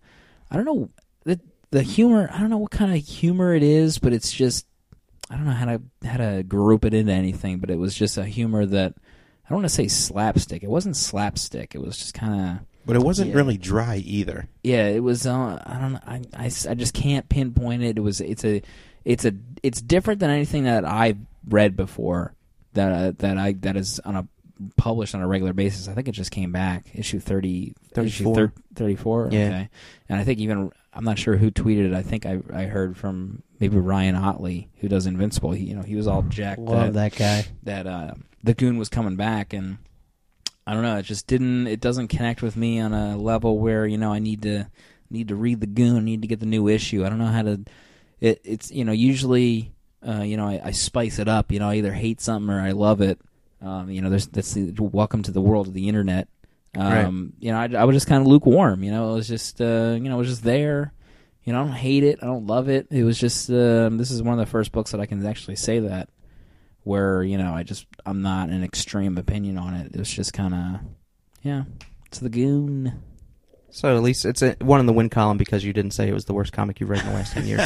Speaker 2: I don't know the the humor. I don't know what kind of humor it is, but it's just I don't know how to how to group it into anything, but it was just a humor that I don't want to say slapstick. It wasn't slapstick. It was just kind of
Speaker 5: But it wasn't
Speaker 2: Yeah.
Speaker 5: really dry either.
Speaker 2: yeah. It was uh, I don't I, I s- I just can't pinpoint it. It was it's a it's a it's different than anything that I've read before that uh, that I that is on a published on a regular basis. I think it just came back issue 30 issue
Speaker 4: 34.
Speaker 2: thir- 34
Speaker 4: Yeah.
Speaker 2: okay. And I think even I'm not sure who tweeted it. I think I I heard from maybe Ryan Otley who does Invincible. He, you know, he was all jacked
Speaker 3: Love
Speaker 4: Uh,
Speaker 2: up
Speaker 3: that guy.
Speaker 2: that uh, the goon was coming back and i don't know it just didn't it doesn't connect with me on a level where you know i need to need to read the goon need to get the new issue i don't know how to it, it's you know usually uh, you know I, I spice it up you know i either hate something or i love it um, you know there's that's the, welcome to the world of the internet um, you know I, I was just kind of lukewarm you know it was just uh, you know it was just there you know i don't hate it i don't love it it was just um, this is one of the first books that i can actually say that where you know I just I'm not an extreme opinion on it. It was just kind of yeah, it's the goon.
Speaker 4: So at least it's a, one in the win column because you didn't say it was the worst comic you've read in the last ten years.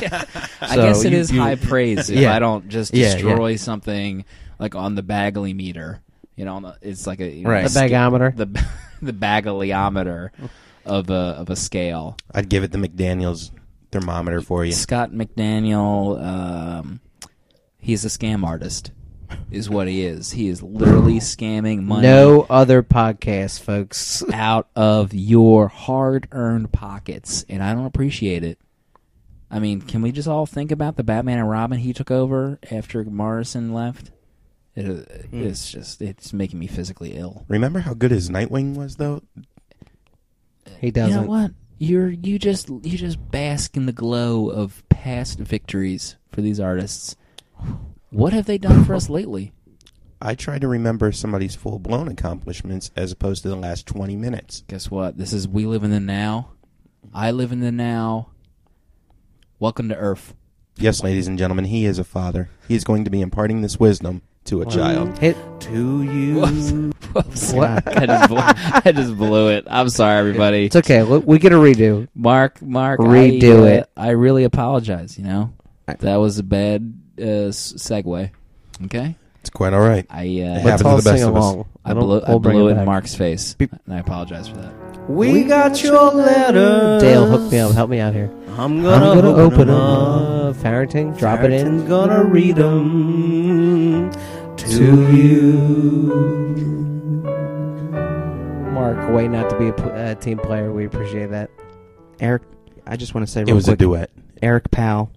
Speaker 2: I
Speaker 4: So
Speaker 2: guess it
Speaker 4: you-
Speaker 2: is
Speaker 4: you-
Speaker 2: high praise <laughs> if
Speaker 4: Yeah.
Speaker 2: I don't just
Speaker 4: Yeah, yeah.
Speaker 2: destroy something like on the Bagley meter. You know, on the, it's like a
Speaker 4: Right.
Speaker 2: the,
Speaker 3: The bagometer.
Speaker 2: the <laughs> the Bagleyometer of a of a scale.
Speaker 5: I'd give it the McDaniel's thermometer for you.
Speaker 2: Scott McDaniel, um, he's a scam artist, is what he is. He is literally scamming money.
Speaker 3: No other podcast, folks. <laughs>
Speaker 2: out of your hard earned pockets, and I don't appreciate it. I mean, can we just all think about the Batman and Robin he took over after Morrison left? It, uh, It's just, it's making me physically ill.
Speaker 5: Remember how good his Nightwing was, though?
Speaker 3: He doesn't.
Speaker 2: You know what? You're you just you just bask in the glow of past victories for these artists. What have they done <laughs> for us lately?
Speaker 5: I try to remember somebody's full blown accomplishments as opposed to the last 20 minutes.
Speaker 2: Guess what? This is we live in the now. I live in the now. Welcome to Earth.
Speaker 5: Yes, ladies and gentlemen, he is a father. He is going to be imparting this wisdom to a child.
Speaker 3: Hit
Speaker 4: to you.
Speaker 2: Whoops.
Speaker 3: What?
Speaker 2: I, just blew, <laughs> I just blew it. I'm sorry, everybody.
Speaker 3: <laughs> It's okay. We, we get a redo.
Speaker 2: Mark, Mark,
Speaker 3: Redo
Speaker 2: I, uh,
Speaker 3: it.
Speaker 2: I really apologize. You know, that was a bad uh, s- segue. Okay,
Speaker 5: It's quite all right.
Speaker 2: I uh,
Speaker 5: happens
Speaker 3: Let's
Speaker 5: to
Speaker 3: all
Speaker 5: the best
Speaker 3: sing
Speaker 5: of us.
Speaker 3: along.
Speaker 2: I
Speaker 3: We'll-
Speaker 2: blew, I
Speaker 3: we'll bring
Speaker 2: blew
Speaker 3: it
Speaker 2: it in
Speaker 3: back.
Speaker 2: Mark's face,
Speaker 4: Beep.
Speaker 2: and I apologize for that.
Speaker 6: We got your letter.
Speaker 3: Dale, hook me up. Help me out here.
Speaker 6: I'm
Speaker 3: I'm
Speaker 6: gonna,
Speaker 3: gonna open
Speaker 6: them
Speaker 3: up. Farrington, drop it in.
Speaker 6: Barrington's gonna read them to you.
Speaker 3: Mark, way not to be a pl- uh, team player. We appreciate that.
Speaker 4: Eric, I just want to say real
Speaker 5: It was a
Speaker 4: quick,
Speaker 5: duet.
Speaker 4: Eric Powell,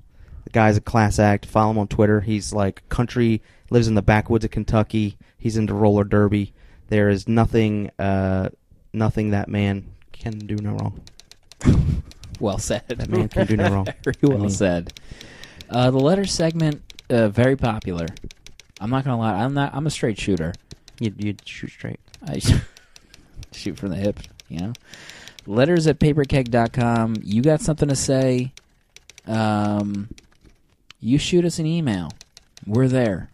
Speaker 4: the guy's a class act. Follow him on Twitter. He's like country, lives in the backwoods of Kentucky. He's into roller derby. There is nothing, uh, nothing that man can do no wrong.
Speaker 2: Well said.
Speaker 4: That man can do no wrong.
Speaker 2: <laughs> Very well
Speaker 4: I mean-
Speaker 2: said. Uh, the letter segment, uh, very popular. I'm not gonna lie. I'm not. I'm a straight shooter.
Speaker 4: You you shoot straight.
Speaker 2: I <laughs> shoot from the hip, you know. Letters at paperkeg.com. You got something to say? Um, you shoot us an email. We're there.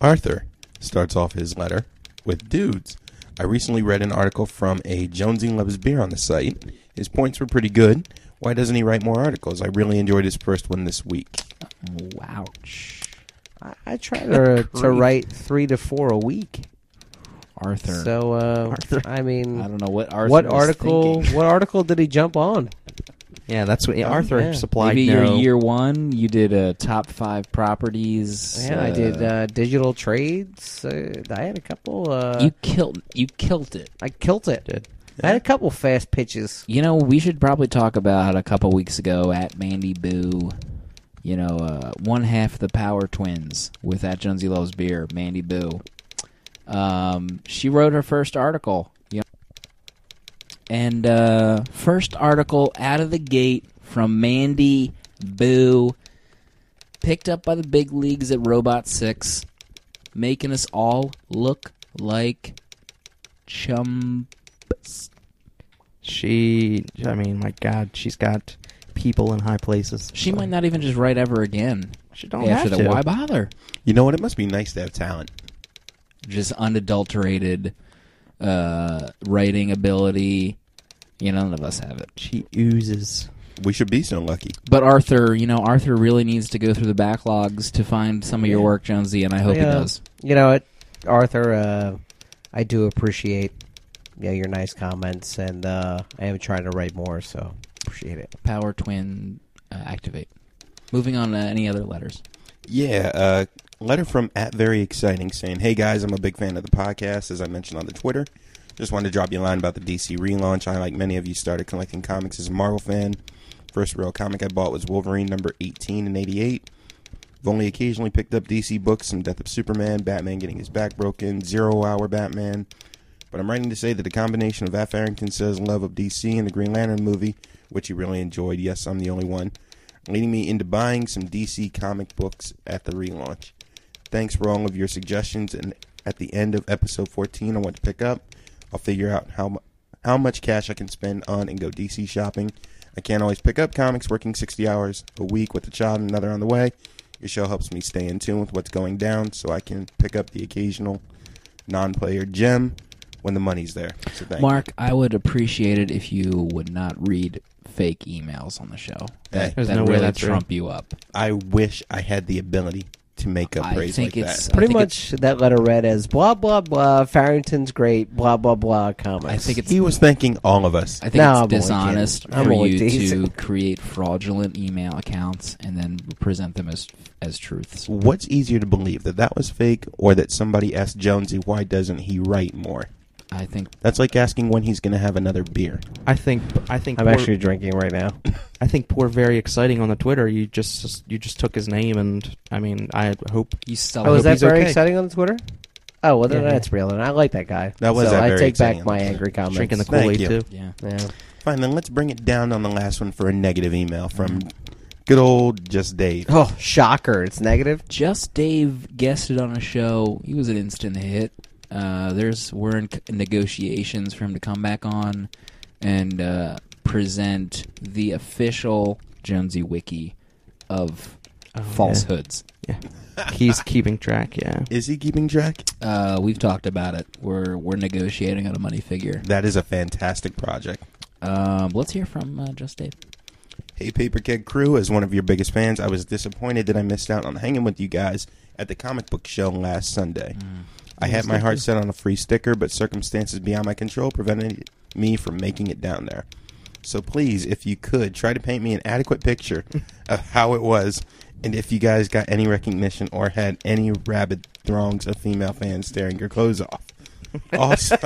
Speaker 5: Arthur starts off his letter with dudes. I recently read an article from a Jonesy Loves Beer on the site. His points were pretty good. Why doesn't he write more articles? I really enjoyed his first one this week.
Speaker 2: Ouch.
Speaker 3: I, I try to, to
Speaker 4: grief.
Speaker 3: write three to four a week.
Speaker 2: Arthur.
Speaker 3: So, uh,
Speaker 4: Arthur.
Speaker 3: I mean,
Speaker 2: I don't know what Arthur
Speaker 3: what
Speaker 2: was
Speaker 3: article?
Speaker 2: thinking.
Speaker 3: What article did he jump on?
Speaker 4: Yeah, that's what yeah, Arthur
Speaker 3: yeah.
Speaker 2: <laughs>
Speaker 4: supplied.
Speaker 2: Maybe
Speaker 4: no,
Speaker 2: your year one, you did a top five properties.
Speaker 3: Yeah, I did
Speaker 2: uh,
Speaker 3: uh, digital trades. Uh, I had a couple. Uh,
Speaker 2: you killed. You killed it.
Speaker 3: I killed it.
Speaker 4: did.
Speaker 3: I had a couple fast pitches.
Speaker 2: You know, we should probably talk about a couple weeks ago at Mandy Boo. You know, uh, one half the Power Twins with that Jonesy loves beer, Mandy Boo. Um, she wrote her first article. You know, and uh, first article out of the gate from Mandy Boo, picked up by the big leagues at Robot Six, making us all look like chum.
Speaker 4: She, I mean, my God, she's got people in high places.
Speaker 2: She might not even just write ever again.
Speaker 4: She don't
Speaker 2: after
Speaker 4: have
Speaker 2: that.
Speaker 4: to.
Speaker 2: Why bother?
Speaker 5: You know what? It must be nice to have talent.
Speaker 2: Just unadulterated uh, writing ability. You know, none of us have it.
Speaker 4: She oozes.
Speaker 5: We should be so lucky.
Speaker 2: But Arthur, you know, Arthur really needs to go through the backlogs to find some of your work, Jonesy, and I hope
Speaker 3: Yeah.
Speaker 2: he does.
Speaker 3: You know what, Arthur? Uh, I do appreciate you know, your nice comments, and uh, I am trying to write more, so appreciate it.
Speaker 2: Power twin uh, activate. Moving on to any other letters.
Speaker 5: Yeah, uh, letter from at very exciting saying, "Hey guys, I'm a big fan of the podcast, as I mentioned on the Twitter. Just wanted to drop you a line about the DC relaunch. I, like many of you, started collecting comics as a Marvel fan. First real comic I bought was Wolverine number 18 and 88. I've only occasionally picked up DC books, some Death of Superman, Batman getting his back broken, Zero Hour Batman." But I'm writing to say that the combination of F. Arrington says love of DC and the Green Lantern movie, which he really enjoyed, yes, I'm the only one, leading me into buying some DC comic books at the relaunch. Thanks for all of your suggestions, and at the end of episode 14, I want to pick up. I'll figure out how mu- how much cash I can spend on and go DC shopping. I can't always pick up comics working 60 hours a week with a child and another on the way. Your show helps me stay in tune with what's going down so I can pick up the occasional non-player gem when the money's there. So thank
Speaker 2: Mark, I would appreciate it if you would not read fake emails on the show. That,
Speaker 5: Hey.
Speaker 4: There's
Speaker 2: that
Speaker 4: no way
Speaker 2: really
Speaker 4: that's
Speaker 2: trump you up.
Speaker 5: I wish I had the ability to make up
Speaker 2: I
Speaker 5: praise
Speaker 2: think
Speaker 5: like
Speaker 2: it's
Speaker 5: that.
Speaker 2: I
Speaker 3: Pretty
Speaker 2: think
Speaker 3: much that letter read as blah blah blah. Farrington's great. Blah blah blah. Comments.
Speaker 2: I think it's
Speaker 5: He was thanking all of us.
Speaker 2: I think
Speaker 3: No, I'm
Speaker 2: it's
Speaker 3: only
Speaker 2: dishonest
Speaker 3: kidding. I'm
Speaker 2: for
Speaker 3: only
Speaker 2: you
Speaker 3: teasing. <laughs>
Speaker 2: to create fraudulent email accounts and then present them as as truths.
Speaker 5: What's easier to believe that that was fake or that somebody asked Jonesy why doesn't he write more?
Speaker 2: I think
Speaker 5: That's like asking when he's going to have another beer.
Speaker 4: I think. I think.
Speaker 3: I'm
Speaker 4: poor,
Speaker 3: actually drinking right <laughs> now.
Speaker 4: I think poor. Very exciting on the Twitter. You just you just took his name, and I mean, I hope
Speaker 2: you
Speaker 3: Oh,
Speaker 2: celebrate.
Speaker 3: was that
Speaker 4: he's
Speaker 3: very
Speaker 4: okay.
Speaker 3: exciting on Twitter? Oh, well, then
Speaker 4: Yeah.
Speaker 3: that's real, and I like that guy.
Speaker 5: That was
Speaker 3: so
Speaker 5: that
Speaker 3: I
Speaker 5: very
Speaker 3: take back
Speaker 5: exciting on
Speaker 3: my
Speaker 5: Twitter.
Speaker 3: angry comments.
Speaker 4: drinking the
Speaker 5: Thank
Speaker 4: Kool Aid
Speaker 5: you.
Speaker 4: too.
Speaker 2: yeah.
Speaker 3: Yeah.
Speaker 5: Fine, then let's bring it down on the last one for a negative email from good old just Dave.
Speaker 3: Oh, shocker! It's negative.
Speaker 2: Just Dave guested on a show. He was an instant hit. Uh, there's we're in c- negotiations for him to come back on and uh, present the official Jonesy Wiki of
Speaker 3: Oh,
Speaker 2: falsehoods.
Speaker 4: Yeah, he's keeping track. Yeah,
Speaker 5: Is he keeping track?
Speaker 2: Uh, we've talked about it. We're we're negotiating on a money figure.
Speaker 5: That is a fantastic project.
Speaker 2: Um, let's hear from uh, Just Dave.
Speaker 5: Hey, Paper Keg crew, as one of your biggest fans, I was disappointed that I missed out on hanging with you guys at the comic book show last Sunday. I had my heart set on a free sticker, but circumstances beyond my control prevented me from making it down there. So please, if you could, try to paint me an adequate picture of how it was, and if you guys got any recognition or had any rabid throngs of female fans staring your clothes off. Also,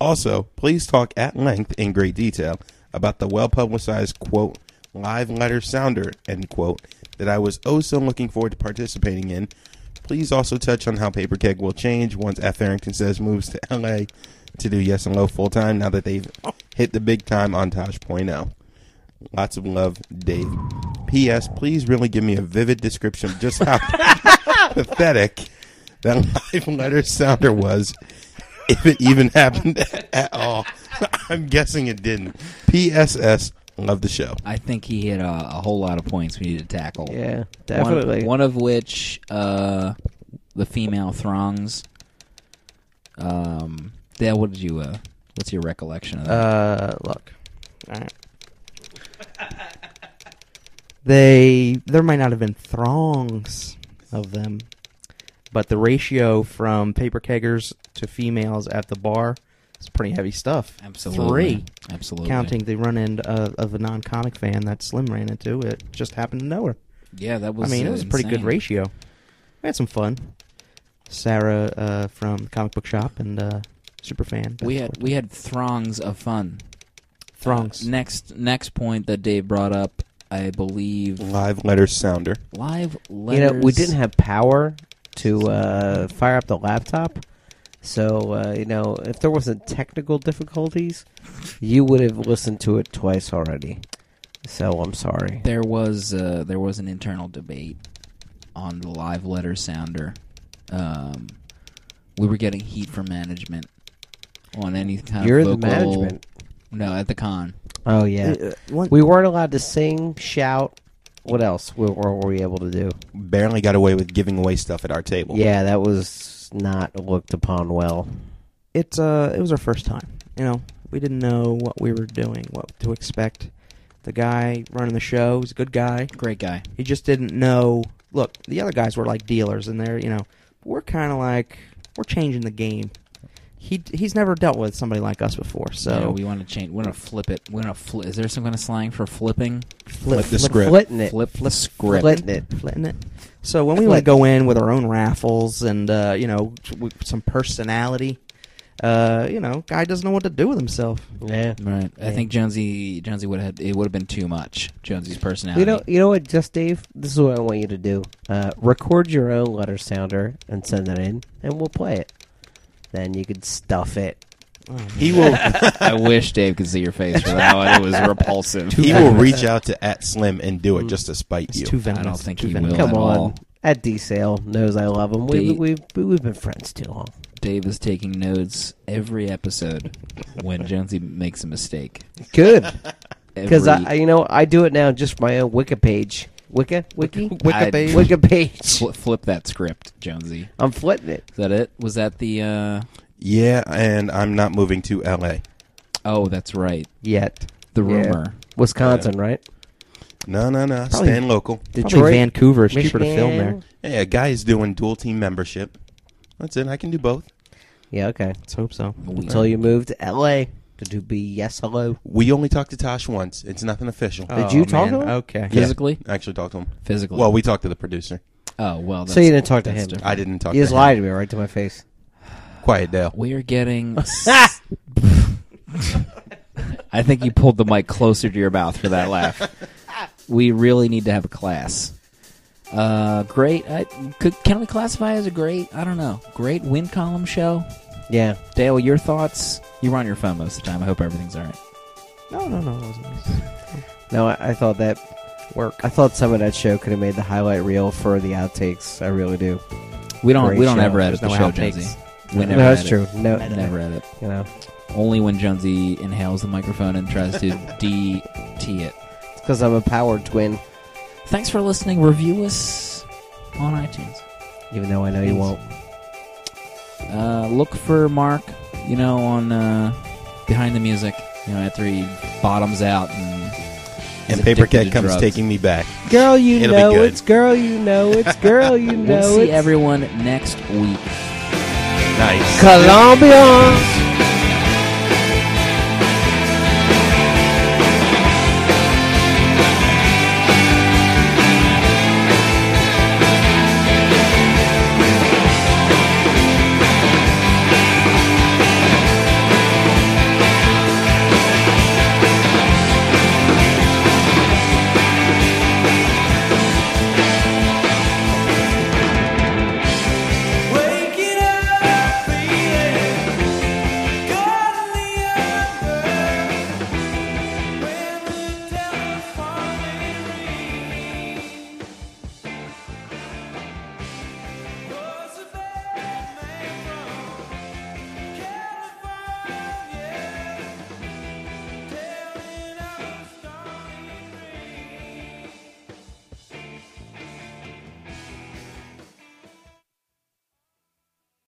Speaker 5: also, please talk at length in great detail about the well publicized quote live letter sounder end quote that I was oh so looking forward to participating in. Please also touch on how Paper Keg will change once F. Arrington says moves to LA to do Yes and Low full time now that they've hit the big time on Tosh.0. Lots of love, Dave. P.S. Please really give me a vivid description of just how <laughs> pathetic that <laughs> live letter sounder was if it even happened at all. <laughs> I'm guessing it didn't. PSS, love the show.
Speaker 2: I think he hit a, a whole lot of points we need to tackle.
Speaker 3: Yeah,
Speaker 2: One-
Speaker 3: definitely.
Speaker 2: One, of which, uh, the female throngs. Um, Dale, what did you? Uh, what's your recollection of that?
Speaker 4: Uh, look. All right. <laughs> They there might not have been throngs of them, but the ratio from paper keggers to females at the bar is pretty heavy stuff.
Speaker 2: Absolutely,
Speaker 4: three.
Speaker 2: absolutely.
Speaker 4: Counting the run end of, of a non-comic fan that Slim ran into, it just happened to know her.
Speaker 2: Yeah, that
Speaker 4: I
Speaker 2: was.
Speaker 4: mean,
Speaker 2: uh,
Speaker 4: it was a pretty good
Speaker 2: insane.
Speaker 4: ratio. We had some fun. Sarah uh, from the comic book shop and uh, super fan.
Speaker 2: We had we had throngs of fun. Uh,
Speaker 4: throngs.
Speaker 2: Next next point that Dave brought up, I believe,
Speaker 5: Live letter sounder.
Speaker 2: live
Speaker 3: you
Speaker 2: letters.
Speaker 3: know, we didn't have power to uh, fire up the laptop, So uh, you know, if there wasn't technical difficulties, you would have listened to it twice already. So I'm sorry.
Speaker 2: There was uh, there was an internal debate on the live letter sounder. Um, we were getting heat from management on any kind
Speaker 3: You're
Speaker 2: of
Speaker 3: the
Speaker 2: vocal.
Speaker 3: management.
Speaker 2: No, at the con.
Speaker 3: Oh yeah.
Speaker 4: Uh, one-
Speaker 3: We weren't allowed to sing, shout. What else were, were were we able to do?
Speaker 5: Barely got away with giving away stuff at our table.
Speaker 3: Yeah, that was not looked upon well.
Speaker 4: it's uh it was our first time. You know, we didn't know what we were doing, what to expect. The guy running the show was a good guy.
Speaker 2: Great guy.
Speaker 4: He just didn't know. Look, the other guys were like dealers, and they're you know we're kind of like we're changing the game. He he's never dealt with somebody like us before, so
Speaker 2: Yeah, we want to change. We want to flip it. We want to flip. Is there some kind of slang for flipping?
Speaker 5: Flip the script.
Speaker 3: Flitting it.
Speaker 2: Flip the script.
Speaker 3: Flitting it.
Speaker 4: flitting it. So when we would go in with our own raffles and uh, you know t- with some personality, uh, you know, guy doesn't know what to do with himself.
Speaker 3: Yeah.
Speaker 2: Right. I
Speaker 3: Yeah.
Speaker 2: think Jonesy Jonesy would have it would have been too much. Jonesy's personality.
Speaker 3: You know, you know what, just Dave. This is what I want you to do: uh, record your own letter sounder and send it in, and we'll play it. Then you could stuff it.
Speaker 4: Oh,
Speaker 5: He will
Speaker 2: <laughs> I wish Dave could see your face for that one. It
Speaker 3: <laughs>
Speaker 2: was repulsive.
Speaker 5: he will reach out to at Slim and do it just to spite
Speaker 4: It's
Speaker 5: you.
Speaker 4: too venomous.
Speaker 2: don't think
Speaker 4: too
Speaker 2: he will.
Speaker 4: venomous.
Speaker 3: Come
Speaker 2: at
Speaker 3: on,
Speaker 2: all.
Speaker 3: at D Sale knows I love him. We,
Speaker 2: Dave-
Speaker 3: we we we've been friends too long.
Speaker 2: Dave is taking notes every episode when Jonesy makes a mistake.
Speaker 3: <laughs> Good, because
Speaker 2: Because
Speaker 3: I I- you know I do it now just for my own Wicca page. Wicca, wiki,
Speaker 2: Wicca page?
Speaker 3: Wicca page.
Speaker 2: fl- flip that script, Jonesy.
Speaker 3: I'm flitting it.
Speaker 2: Is that it? Was that the? uh
Speaker 5: Yeah, and I'm not moving to LA.
Speaker 2: Oh, that's right.
Speaker 4: yet.
Speaker 2: The
Speaker 3: Yeah.
Speaker 2: rumor.
Speaker 3: Wisconsin, right?
Speaker 5: No, no, no.
Speaker 4: Probably-
Speaker 5: Staying local.
Speaker 4: Probably
Speaker 3: Detroit,
Speaker 4: Vancouver is cheaper
Speaker 3: Michigan.
Speaker 4: to film there.
Speaker 5: Hey, a guy is doing dual team membership. That's it. I can do both.
Speaker 3: Yeah, okay.
Speaker 4: Let's hope so.
Speaker 2: We-
Speaker 3: Until you move to L.A. Did you be yes hello?
Speaker 5: We only talked to Tosh once. It's nothing official.
Speaker 4: Oh.
Speaker 3: Did you talk to him?
Speaker 4: Okay.
Speaker 5: Yeah,
Speaker 2: physically?
Speaker 5: I actually talked to him.
Speaker 2: Physically.
Speaker 5: Well, we talked to the producer.
Speaker 2: oh well. That's,
Speaker 3: So you didn't talk to
Speaker 2: that's
Speaker 3: him?
Speaker 2: different.
Speaker 5: I didn't talk
Speaker 3: You
Speaker 5: to
Speaker 3: just
Speaker 5: him.
Speaker 3: lied to me right to my face.
Speaker 5: Quiet Dale.
Speaker 2: We are
Speaker 3: <laughs>
Speaker 2: getting. s- I think you pulled the mic closer to your mouth for that laugh. We really need to have a class. Uh, great. I, could, can we classify as a great? I don't know. Great wind column show.
Speaker 3: Yeah.
Speaker 2: Dale, your thoughts? You were on your phone most of the time. I hope everything's all right.
Speaker 4: No, no, no. It wasn't
Speaker 3: No, I, I thought that work. I thought some of that show could have made the highlight reel for the outtakes. I really do.
Speaker 2: We don't.
Speaker 3: Great
Speaker 2: we don't
Speaker 3: show.
Speaker 2: ever edit
Speaker 4: There's
Speaker 2: the show,
Speaker 4: no outtakes.
Speaker 2: Jonesy. We never
Speaker 3: no, that's
Speaker 2: edit.
Speaker 3: true. No,
Speaker 2: Never edit.
Speaker 3: You know,
Speaker 2: Only when Jonesy inhales the microphone and tries to
Speaker 3: <laughs>
Speaker 2: DT it.
Speaker 3: it's because I'm a power twin.
Speaker 2: Thanks for listening. Review us on iTunes.
Speaker 3: Even though I know you won't.
Speaker 2: uh, look for Mark, you know, on uh, Behind the Music, you know, after he bottoms out and is
Speaker 5: And Paper
Speaker 2: addicted to
Speaker 5: Cat comes
Speaker 2: drugs.
Speaker 5: taking me back.
Speaker 3: Girl, you
Speaker 5: It'll be
Speaker 3: know
Speaker 5: good.
Speaker 3: it's girl, you know it's girl,
Speaker 4: <laughs>
Speaker 3: you know
Speaker 2: We'll see
Speaker 3: it's
Speaker 2: everyone next week.
Speaker 5: Nice.
Speaker 3: Colombia.